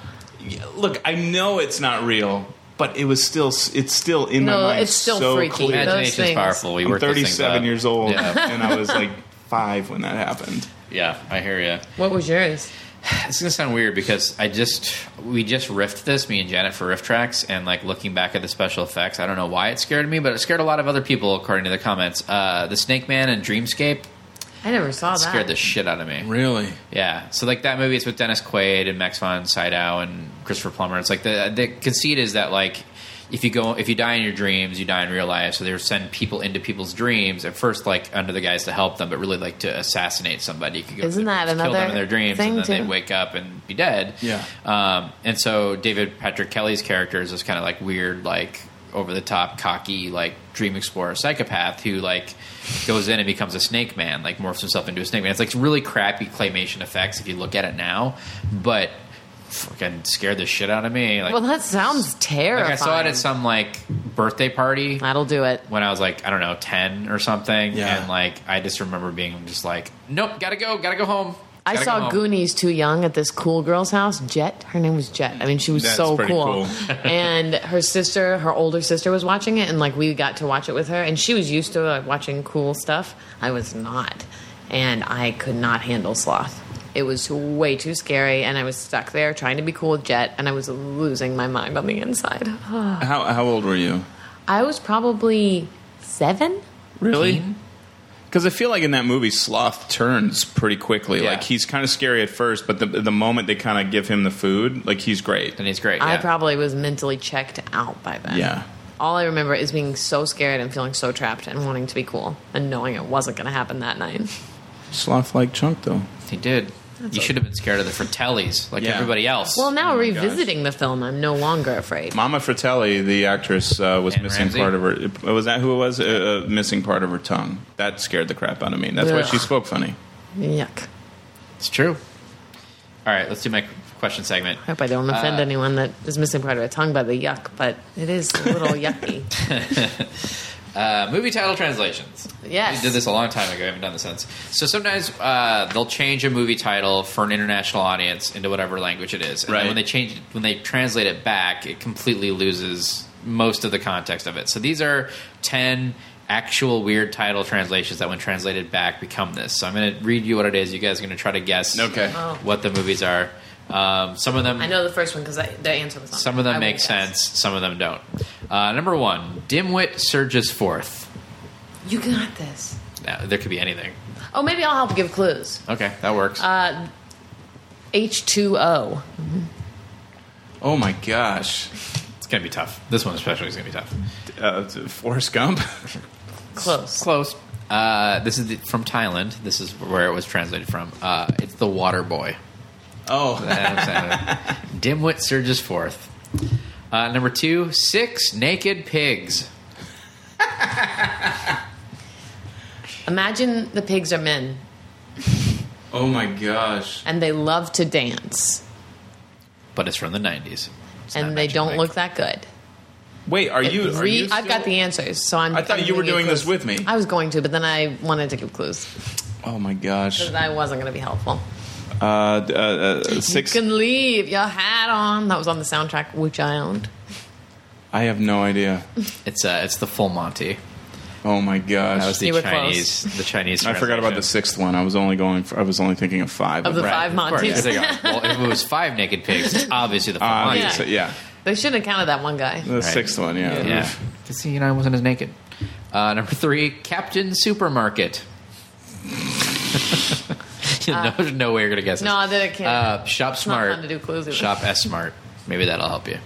Yeah, Look, I know it's not real, but it was still s- it's still in
No,
my mind.
it's still
so
freaky.
clear.
Those
Imagination's
things.
powerful. We
I'm
work those things
37
up.
years old,
Yeah,
and I was like five when that happened.
yeah, I hear you.
What was yours?
It's gonna sound weird because I just we just riffed this me and Janet for riff tracks and like looking back at the special effects I don't know why it scared me but it scared a lot of other people according to the comments uh, the Snake Man and Dreamscape
I never saw that.
scared the shit out of me
Really?
Yeah, so like that movie is with Dennis Quaid and Max von Sydow and Christopher Plummer. It's like the the conceit is that like if you go if you die in your dreams, you die in real life. So they would send people into people's dreams at first, like under the guise to help them, but really like to assassinate somebody. You could go
Isn't
to-
that
kill them
another
in their dreams,
thing,
and then they
too?
wake up and be dead.
Yeah.
Um, and so David Patrick Kelly's character is this kind of like weird, like over the top, cocky, like dream explorer psychopath who like goes in and becomes a snake man, like morphs himself into a snake man. It's like really crappy claymation effects if you look at it now, but fucking scared the shit out of me. Like,
Well, that sounds terrifying.
like I saw it at some like birthday party
That'll do it.
when I was like I don't know ten or something,
Yeah.
and like I just remember being just like, nope, gotta go, gotta go home.
I
Gotta go
saw
home.
Goonies too young at this cool girl's house. Jet, her name was Jet. I mean, she was
That's
so
pretty
cool.
cool.
and her sister, her older sister, was watching it, and like we got to watch it with her, and she was used to like, watching cool stuff. I was not, and I could not handle sloth. It was way too scary, and I was stuck there trying to be cool with Jet, and I was losing my mind on the inside.
How how old were you?
I was probably seven.
Really? Because I feel like in that movie, Sloth turns pretty quickly.
Yeah.
Like he's kind of scary at first, but the the moment they kind of give him the food, like he's great.
and he's great.
I
yeah.
probably was mentally checked out by then.
Yeah.
All I remember is being so scared and feeling so trapped and wanting to be cool and knowing it wasn't going to happen that night.
Sloth like chunk though.
He did. you should have been scared of the Fratellis, like
Yeah.
everybody else.
Well, now
my gosh.
revisiting the film, I'm no longer afraid.
Mama Fratelli, the actress, uh, was
Anne
missing
Ramsey?
part of her. Was that who it was? Uh, uh, missing part of her tongue. That scared the crap out of me. That's why
Ugh.
she spoke funny.
Yuck.
it's true. All right, let's do my question segment.
I hope I don't offend anyone that is missing part of a tongue by the yuck, but it is a little yucky.
Uh, movie title translations.
Yes.
We did this a long time ago. I haven't done this since. So sometimes uh, they'll change a movie title for an international audience into whatever language it is. And then
Right.
when they change, when they translate it back, it completely loses most of the context of it. So these are 10 actual weird title translations that, when translated back, become this. So I'm going to read you what it is. You guys are going to try to guess
Okay.
Oh.
what the movies are. Um, some of them
I know the first one because the answer was on
some of
it.
them
I
make
won't
sense, some of them don't. Uh, number one, Dimwit surges forth.
guess. You got this.
Now, there could be anything.
Oh, maybe I'll help give clues.
Okay, that works.
Uh, H two O.
Oh my gosh.
it's going to be tough. This one especially is going to be tough.
Uh, Forrest Gump.
Close.
Close. Uh, this is the, from Thailand. This is where it was translated from. Uh, it's the Water Boy.
oh,
Dimwit surges forth. Uh, number two, six naked pigs.
Imagine the pigs are men
oh my gosh.
and they love to dance
But it's from the nineties,
and they don't look that good.
Wait, are you? Are
Re-
you
I've got
still-
the answers, so I'm.
I thought
I'm
you were
giving
doing this
clues.
with me.
I was going to, but then I wanted to give clues
Oh my gosh.
because I wasn't going to be helpful.
Uh, uh, uh, six.
You can leave your hat on. That was on the soundtrack, which I owned.
I have no idea.
it's uh, it's the full Monty.
Oh my gosh.
That was the
You were
Chinese. The Chinese.
I forgot about
translation.
the sixth one. I was only going. For, I was only thinking of five.
Of the
Right,
five
of course.
Monties.
There you go. well, if it was five naked pigs, it's obviously the full
Uh,
Monty.
yeah. so- yeah.
They should have counted that one guy.
The sixth one. Yeah.
Yeah. To see, you know, I wasn't as naked. Uh, number three, Captain Supermarket. no, there's no way you're gonna guess.
Uh, No, I
this.
did- I can't.
Uh, shop
not
smart.
fun to do clues with.
Shop S smart. Maybe that'll help you.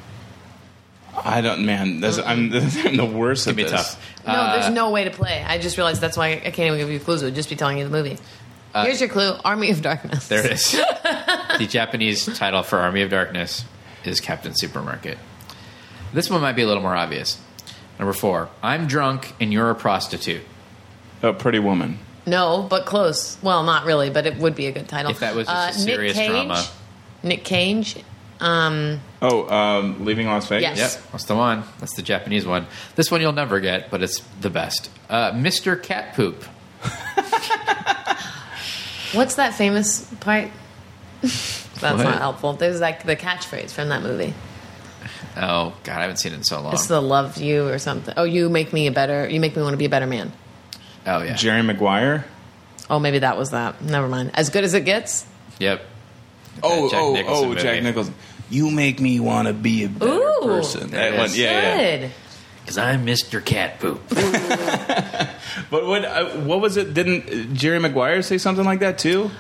I don't. Man, this, I'm, I'm the worst
It'd
at
be
this.
tough.
Uh,
No, there's no way to play. I just realized that's why I can't even give you clues. It would just be telling you the movie.
Uh,
Here's your clue: Army of Darkness.
There it is. the Japanese title for Army of Darkness is Captain Supermarket. This one might be a little more obvious. Number four, I'm drunk and you're a prostitute.
A Pretty Woman.
No, but close. Well, not really, but it would be a good title. Uh,
If that was just a
Nick
serious
Cage-
drama.
Nick Cage. Um,
Oh, um, Leaving Las Vegas.
Yes.
Yep, that's the one. That's the Japanese one. This one you'll never get, but it's the best. Uh, Mr. Cat Poop.
what's that famous part? That's
What?
not helpful. There's like the catchphrase from that movie.
Oh God, I haven't seen it in so long.
It's the love you or something. Oh, you make me a better. You make me want to be a better man.
oh yeah.
Jerry Maguire.
Oh, maybe that was that. Never mind. As good as it gets.
Yep.
Oh,
Jack
oh,
Nicholson
oh,
movie.
Jack Nicholson. You make me want to be a better
Ooh.
person.
There
That
it
one,
is.
yeah, yeah.
Good.
Because I'm Mr. Cat Poop.
But what, uh, what was it? Didn't uh, Jerry Maguire say something like that too?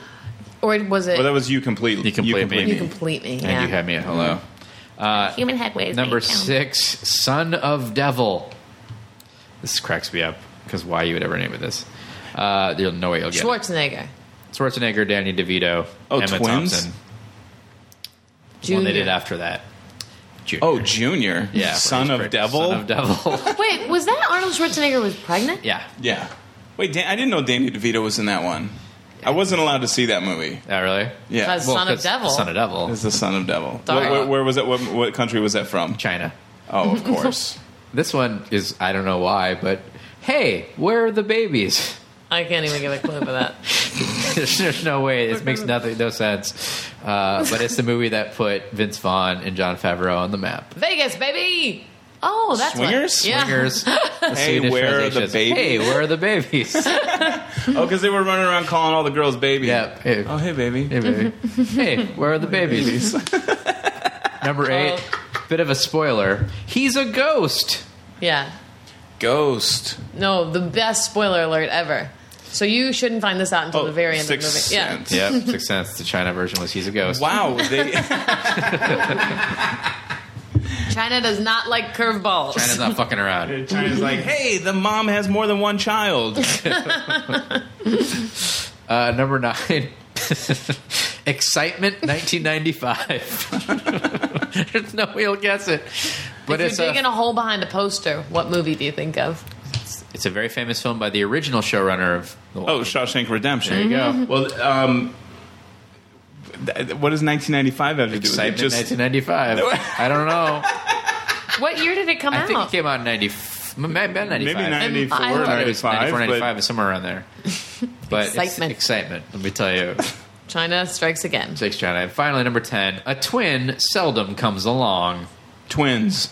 Or was it?
Well, that was you completely.
You complete me.
you complete me.
And
yeah.
you had me at hello.
Human headways.
Number
make them.
six, Son of Devil. This cracks me up because why you would ever name it this? Uh, you'll know what you'll get. it.
Schwarzenegger.
Schwarzenegger, Danny DeVito,
Oh,
Emma
twins?
Thompson. The One they did
Junior.
after that. Junior.
Oh, Junior.
yeah,
Son of Devil.
Son of Devil.
Wait, was that Arnold Schwarzenegger was pregnant?
yeah.
yeah. Wait, Dan- I didn't know Danny DeVito was in that one. I wasn't allowed to see that movie.
Oh, really?
Yeah.
Because- Son of
'cause
Devil.
Son of Devil.
It's the Son of Devil.
Sorry.
Where, where, where was it? What, what country was that from?
China.
Oh, of course.
This one is I don't know why, but hey, where are the babies?
I can't even give a clue for that.
there's, there's no way. This makes nothing no sense. Uh, but it's the movie that put Vince Vaughn and John Favreau on the map.
Vegas, baby. Oh, that's what-
Swingers?
yeah.
Swingers, the
Hey,
Swedish
where are the
translation is,
babies?
Hey, where are the babies?
oh, because they were running around calling all the girls baby.
yeah. Hey,
Oh, hey, baby.
hey, baby. hey, where are the babies? Number eight. Bit of a spoiler. He's a ghost.
Yeah.
Ghost.
No, the best spoiler alert ever. So you shouldn't find this out until
Oh,
the very end of
Sixth
the movie.
Sense.
Yep. Sixth Sense. The China version was he's a ghost.
Wow. They,
Yeah. China does not like curveballs.
China's not fucking around.
China's like, hey, the mom has more than one child.
Uh, number nine, Excitement 1995. There's no way you'll guess it. But
if
it's
you're digging
a,
a hole behind a poster, what movie do you think of?
it's a very famous film by the original showrunner of The
Oh,
Walking
Shawshank Redemption.
Dead. There
Mm-hmm.
you go.
Well, um, th- th- what does 1995 have to do with it?
Excitement
Just-
1995. I don't know.
What year did it come
I
out?
think it came out in 90, maybe 95.
maybe
I
94,
don't know.
It was 94,
95.
95, somewhere around there. But it's
Excitement.
excitement, let me tell you.
China strikes again.
Six China. And finally, number 10, a twin seldom comes along.
but twins.
Uh,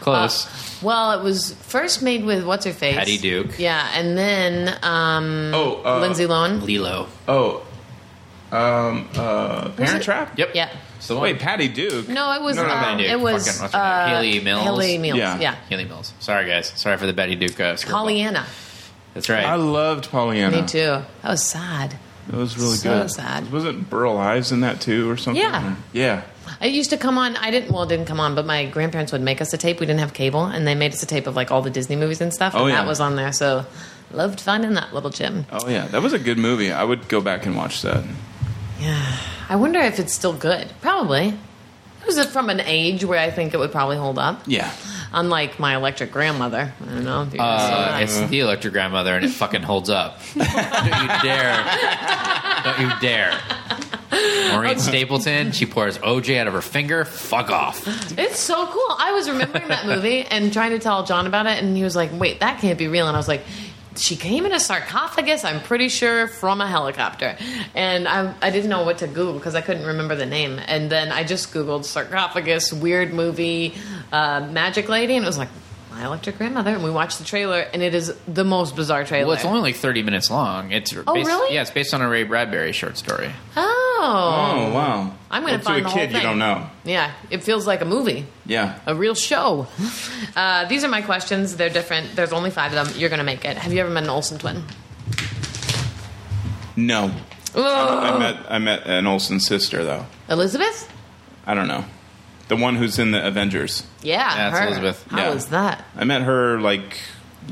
Close.
Well, it was first made with what's her face,
Patty Duke.
Yeah, and then um,
Oh, uh,
Lindsay Lohan.
Lilo.
Oh, um, uh, Parent Trap.
Yep.
Yeah.
So
Wait, Patty Duke.
No, it was.
No, no, no,
um,
Patty Duke.
it was
Fucking- what's her name?
uh,
Hayley Mills.
Hayley Mills.
Yeah.
Yeah.
Haley Mills. Sorry, guys. Sorry for the Betty Duke. Uh, screwball.
Pollyanna.
That's right.
I loved Pollyanna.
Uh-huh.
Me too. That was sad.
That was really
So
good.
sad.
Wasn't Burl Ives in that too, or something?
Yeah.
Yeah.
It used to come on. I didn't. Well, it didn't come on, but my grandparents would make us a tape. We didn't have cable, and they made us a tape of like all the Disney movies and stuff.
Oh,
and
yeah.
that was on there. So loved finding that little gem.
Oh yeah, that was a good movie. I would go back and watch that.
Yeah. I wonder if it's still good. Probably. It was from an age where I think it would probably hold up.
Yeah.
Unlike my electric grandmother. I don't know. If you're
Uh,
gonna
it's
say
the electric grandmother, and it fucking holds up. Don't you dare! Don't you dare! Maureen Stapleton, she pours OJ out of her finger. Fuck off!
that. It's so cool. I was remembering that movie and trying to tell John about it, and he was like, wait, that can't be real. And I was like, she came in a sarcophagus, I'm pretty sure, from a helicopter. And I, I didn't know what to Google because I couldn't remember the name. And then I just Googled sarcophagus, weird movie, uh, Magic Lady, and it was like, my electric grandmother. And we watched the trailer, and it is the most bizarre trailer.
Well, it's only like thirty minutes long. It's oh,
really?
Yeah, it's based on a Ray Bradbury short story.
Oh.
Oh wow.
I'm gonna find
Well, to
the
a
whole
kid you
thing.
don't know.
Yeah, it feels like a movie,
Yeah.
a real show. Uh, these are my questions. They're different. There's only five of them. You're going to make it. Have you ever met an Olsen twin?
No.
Ugh.
I met I met an Olsen sister though.
Elizabeth?
I don't know. The one who's in the Avengers.
Yeah.
that's
her.
Elizabeth.
How
Yeah.
was that?
I met her like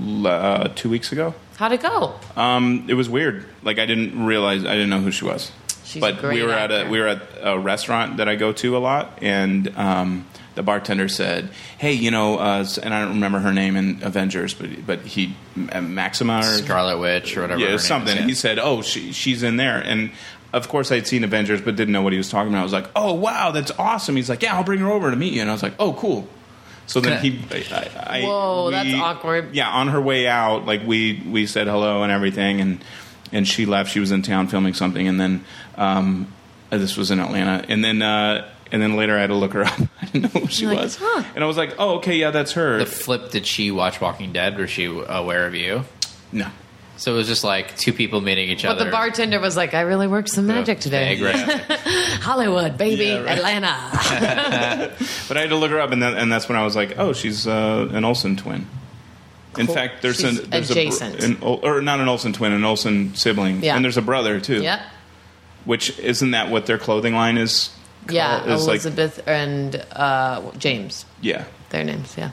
l- uh, two weeks ago.
How'd it go?
Um, it was weird. Like I didn't realize I didn't know who she was.
She's
but
a great
we were at a
actor.
we were at a restaurant that I go to a lot, and um, the bartender said, "Hey, you know," uh, s- and I don't remember her name in Avengers, but but he M- Maxima or
Scarlet Witch or whatever. her
yeah
name
something.
is, yeah.
He said, "Oh, she, she's in there," and of course I'd seen Avengers, but didn't know what he was talking about. I was like, "Oh, wow, that's awesome." He's like, "Yeah, I'll bring her over to meet you," and I was like, "Oh, cool." So then he, I, I,
Whoa, that's awkward.
Yeah, on her way out, like we we said hello and everything, and and she left. She was in town filming something, and then um, this was in Atlanta, and then. Uh, and then later I had to look her up. I didn't know who she
You're like,
was.
huh.
And I was like, oh, okay, yeah, that's her.
The flip did she watch Walking Dead? Was she aware of you?
no.
So it was just like two people meeting each
But
other.
the bartender was like, I really worked some magic today.
Vague reference.
Hollywood, baby,
Yeah, right.
Atlanta.
But I had to look her up, and, that, and that's when I was like, "Oh, she's uh, an Olsen twin." In
Cool.
fact, there's
She's
an there's a br-
adjacent.
an Ol- or not an Olsen twin, an Olsen sibling,
Yeah.
and there's a brother too.
yep.
Which isn't that what their clothing line is?
Yeah,
It's like-
Elizabeth and uh, James.
Yeah.
Their names, yeah.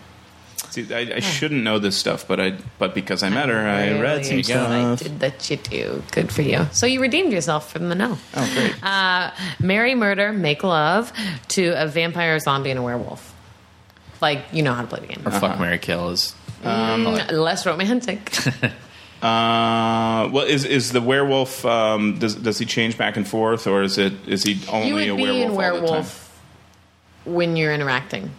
See, I, I shouldn't know this stuff, but I but because I met her, I read some
Really
stuff.
excited that you do. Good for you. So you redeemed yourself from the no.
Oh, great.
Uh, marry, murder, make love to a vampire, a zombie, and a werewolf. Like you know how to play the game.
or fuck Mary Kill is.
Mm, Less romantic.
Uh, well, is is the werewolf? Um, does does he change back and forth, or is it is he only
you
a
would be in
werewolf? All the time?
werewolf when you're interacting.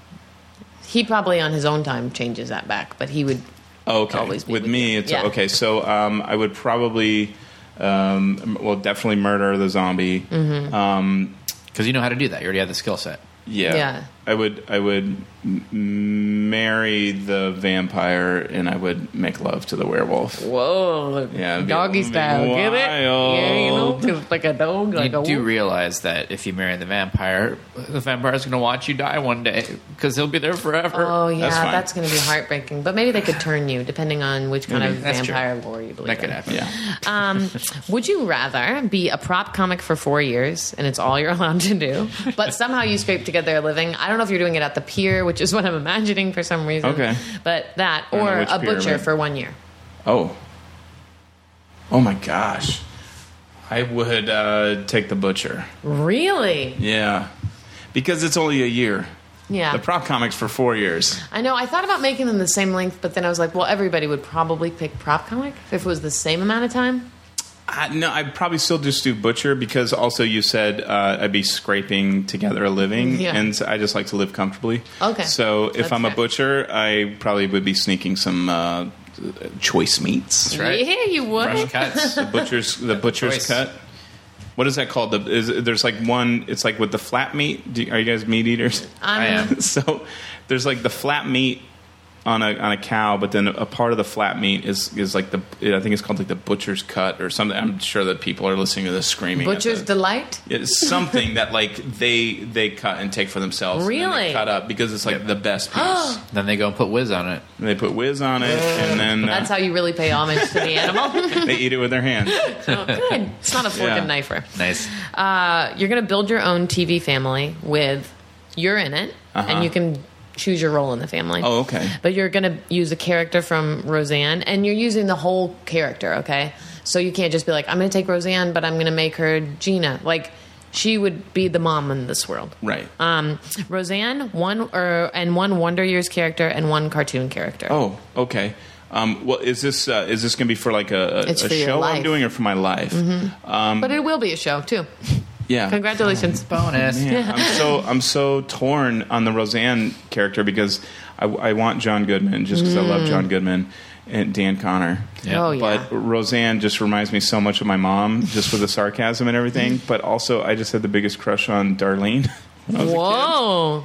He probably on his own time changes that back, but he would.
Oh, Okay.
always be
with,
with
me,
you.
it's
Yeah.
okay. So um, I would probably, um, m- well, definitely murder the zombie.
Mm-hmm.
Um,
Because you know how to do that. You already have the skill set.
yeah.
Yeah.
I would. I would m- marry the vampire, and I would make love to the werewolf.
Whoa!
Yeah, it'd be-
doggy
it'd be
style. Get it? Yeah, you know,
wild.
just like a dog, like
you
a
do
wolf.
realize that if you marry the vampire, the vampire's going to watch you die one day because he'll be there forever.
Oh yeah,
That's fine.
that's, going to be heartbreaking. But maybe they could turn you, depending on which kind
Maybe.
of
That's true.
vampire lore you believe.
that could
in.
happen.
Yeah.
Um, would you rather be a prop comic for four years and it's all you're allowed to do, but somehow you scrape together a living? I don't know if you're doing it at the pier, which is what I'm imagining for some reason.
Okay.
But that,
don't know
or
which
a
pier,
butcher
but-
for one year.
Oh. Oh my gosh. I would uh, take the butcher.
Really?
Yeah. Because it's only a year.
Yeah.
The prop comics for four years.
I know. I thought about making them the same length, but then I was like, well, everybody would probably pick prop comic if it was the same amount of time.
I, no, I'd probably still just do butcher because also you said uh, I'd be scraping together a living,
Yeah.
and I just like to live comfortably.
Okay.
So if
That's
I'm a
fair.
butcher, I probably would be sneaking some uh, choice meats.
That's right.
Yeah, you would.
Fresh cuts.
The butcher's the butcher's
choice.
cut. what is that called? The, is, there's like one. It's like with the flat meat. Do, you- are you guys meat eaters?
I'm,
I am.
so there's like the flat meat on a on a cow, but then a part of the flat meat is is like the I think it's called like the butcher's cut or something. I'm sure that people are listening to this screaming. at
Butcher's
the,
delight.
it's something that like they they cut and take for themselves. and then they
Really?
cut up because it's like the best piece.
Then they go and put whiz on it.
and they put whiz on it, and then uh,
That's how you really pay homage to the animal.
they eat it with their hands.
Oh, good. It's not a fork
Yeah.
and knifer.
Nice.
Uh, you're going to build your own TV family with you're in it,
Uh-huh.
and you can choose your role in the family.
Oh, okay.
But you're going to use a character from Roseanne, and you're using the whole character, okay? So you can't just be like, I'm going to take Roseanne, but I'm going to make her Gina. Like, she would be the mom in this world.
Right.
Um, Roseanne, one or and one Wonder Years character and one cartoon character.
Oh, okay. Um, well, is this uh, is this going to be for like a, a,
It's
a
for your
show I'm
life. Mm-hmm.
doing or for my life? Um,
But it will be a show too.
yeah.
Congratulations.
Bonus.
Man, I'm so I'm so torn on the Roseanne character because I, I want John Goodman just because I love John Goodman and Dan Connor.
Yeah.
Mm. Oh yeah.
But Roseanne just reminds me so much of my mom, just with the sarcasm and everything.
Mm.
But also, I just had the biggest crush on Darlene. when I was a kid.
Whoa.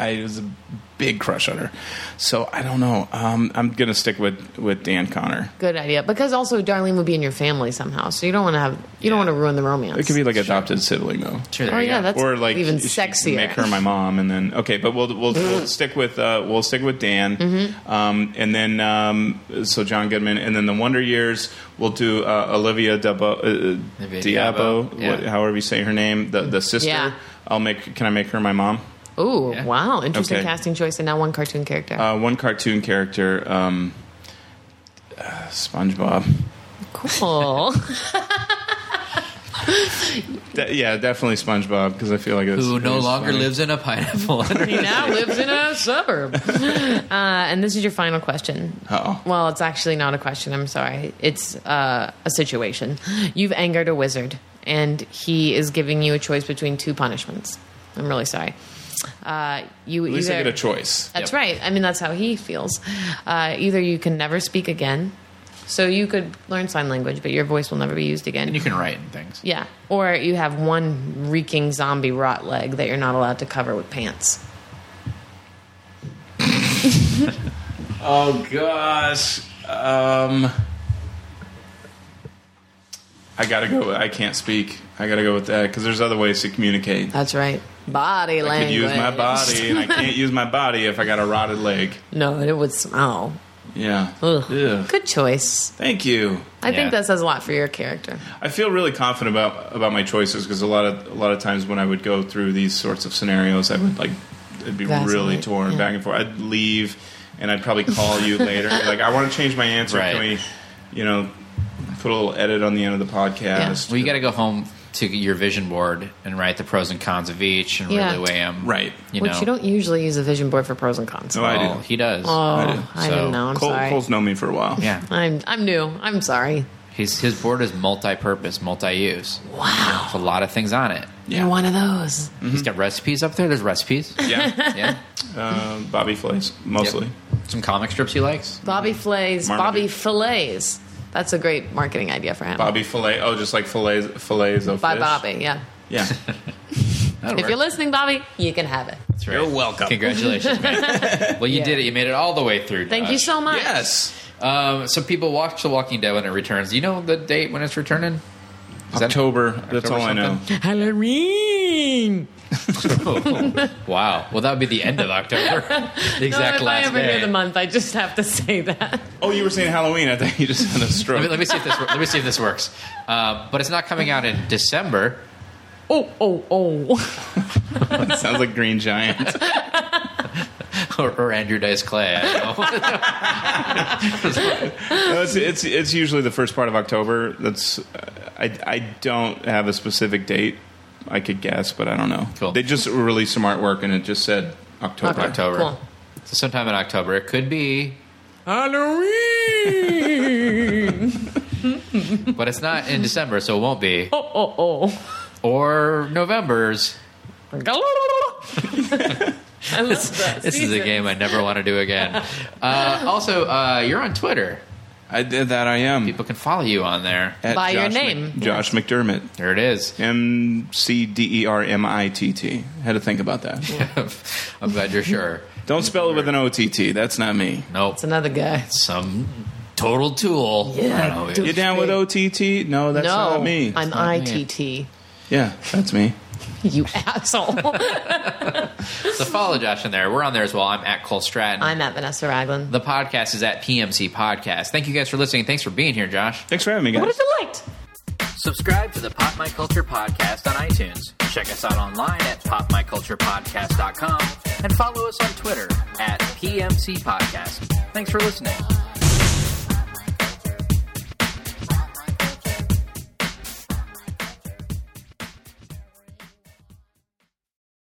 I was a big crush on her. So I don't know. Um, I'm gonna stick with with Dan Connor.
Good idea. Because also Darlene would be in your family somehow, so you don't want to have you don't want to ruin the romance.
It could be like adopted sibling though.
Sure, there
oh
you
yeah,
go.
that's
or like
even
she can
sexier. Mm-hmm.
Make her my mom, and then okay, but we'll we'll, we'll stick with uh, we'll stick with Dan, um, and then um, so John Goodman, and then the Wonder Years. We'll do uh, Olivia Dabo, uh,
Olivia
Diabo,
Diabo, yeah.
what, however you say her name, the the sister.
Mm-hmm. Yeah.
I'll make. Can I make her my mom?
Ooh,
Yeah.
wow, interesting
Okay.
casting choice, and now one cartoon character.
Uh, one cartoon character, um, uh, SpongeBob.
cool.
De- yeah, definitely SpongeBob because I feel like it's
Who
it
no
was
longer
funny.
lives in a pineapple.
he now lives in a suburb. Uh, and this is your final question.
Uh-oh.
Well, it's actually not a question. I'm sorry. It's uh, a situation. You've angered a wizard, and he is giving you a choice between two punishments. I'm really sorry. Uh, you
At least I
either
get a choice.
That's
Yep.
right. I mean, that's how he feels. Uh, either you can never speak again, so you could learn sign language, but your voice will never be used again.
and you can write and things.
yeah, or you have one reeking zombie rot leg that you're not allowed to cover with pants.
Oh gosh. Um I gotta go. I can't speak. I gotta go with that because there's other ways to communicate.
That's right. Body
I could
language.
use my body, and I can't use my body if I got a rotted leg.
No, it would smell.
Yeah.
Ugh.
Ugh.
Good choice.
Thank you.
I
Yeah.
think that says a lot for your character.
I feel really confident about about my choices because a lot of a lot of times when I would go through these sorts of scenarios, I would like I'd be
Vacillate,
really torn
yeah.
back and forth. I'd leave, and I'd probably call you later. Like I want to change my answer. Can
Right.
we, you know, put a little edit on the end of the podcast?
Well, you got to go home to your vision board and write the pros and cons of each and
Yeah.
really weigh them.
Right.
You
Which
know.
you don't usually use a vision board for pros and cons.
No, I
Well,
do.
He does.
oh, I,
do.
So,
didn't know. I'm
Cole,
sorry.
Cole's known me for a while.
Yeah.
I'm I'm new. I'm sorry.
His his board is multi-purpose, multi-use.
Wow.
It's a lot of things on it.
Yeah.
You're one of those.
Mm-hmm.
He's got recipes up there. There's recipes.
Yeah.
Yeah.
Um, Bobby Flays mostly.
Some comic strips he likes.
Bobby Flays.
Marmaduke.
Bobby Fillets. That's a great marketing idea for him.
Bobby Fillet. Oh, just like fillets, fillets of
By
fish.
Bobby, yeah.
Yeah.
That'll
If you're
work.
listening, Bobby, you can have it.
That's right.
You're welcome.
Congratulations, man. well, you
Yeah.
did it. You made it all the way through.
Thank
Josh.
you so much.
Yes.
Um, so people watch The Walking Dead when it returns. Do you know the date when it's returning? Is that-
October. That's
October
all I know.
something?
Halloween.
Wow. Well, that would be the end of October. The
No,
exact
if I
last
ever
day.
hear the month, I just have to say that.
Oh, you were saying Halloween. I thought you just had a
let, me,
stroke.
let me see if this. wor- Let me see if this works. Uh, but it's not coming out in December.
Oh, oh, oh.
Sounds like Green Giant.
or, or Andrew Dice Clay. I don't know.
No, it's, it's it's usually the first part of October. That's I I don't have a specific date. I could guess, but I don't know.
Cool.
They just released some artwork, and it just said October.
Okay.
October.
Cool.
So sometime in October, it could be,
Halloween.
but it's not in December, so it won't be.
oh, oh, oh.
Or November's.
I love that.
This is a
season.
game I never want to do again. Uh, also, uh, you're on Twitter.
I did that. I am
People can follow you on there.
At
By your
Josh
name.
Mc- Josh McDermott.
There it is.
M C D E R M I T T. Had to think about that.
I'm glad you're sure.
Don't spell it with an O T T. That's not me.
Nope.
It's another guy.
Some total tool.
Yeah,
I don't know.
You down with O T T? No, that's
no,
not me.
I'm ITT.
yeah, that's me.
You asshole.
So follow Josh in there. We're on there as well. I'm at Cole Stratton.
I'm at Vanessa Ragland.
the podcast is at PMC Podcast. Thank you guys for listening. Thanks for being here, Josh.
Thanks for having me, guys.
What if you liked?
Subscribe to the Pop My Culture Podcast on iTunes. Check us out online at popmyculturepodcast.com and follow us on Twitter at PMC Podcast. Thanks for listening.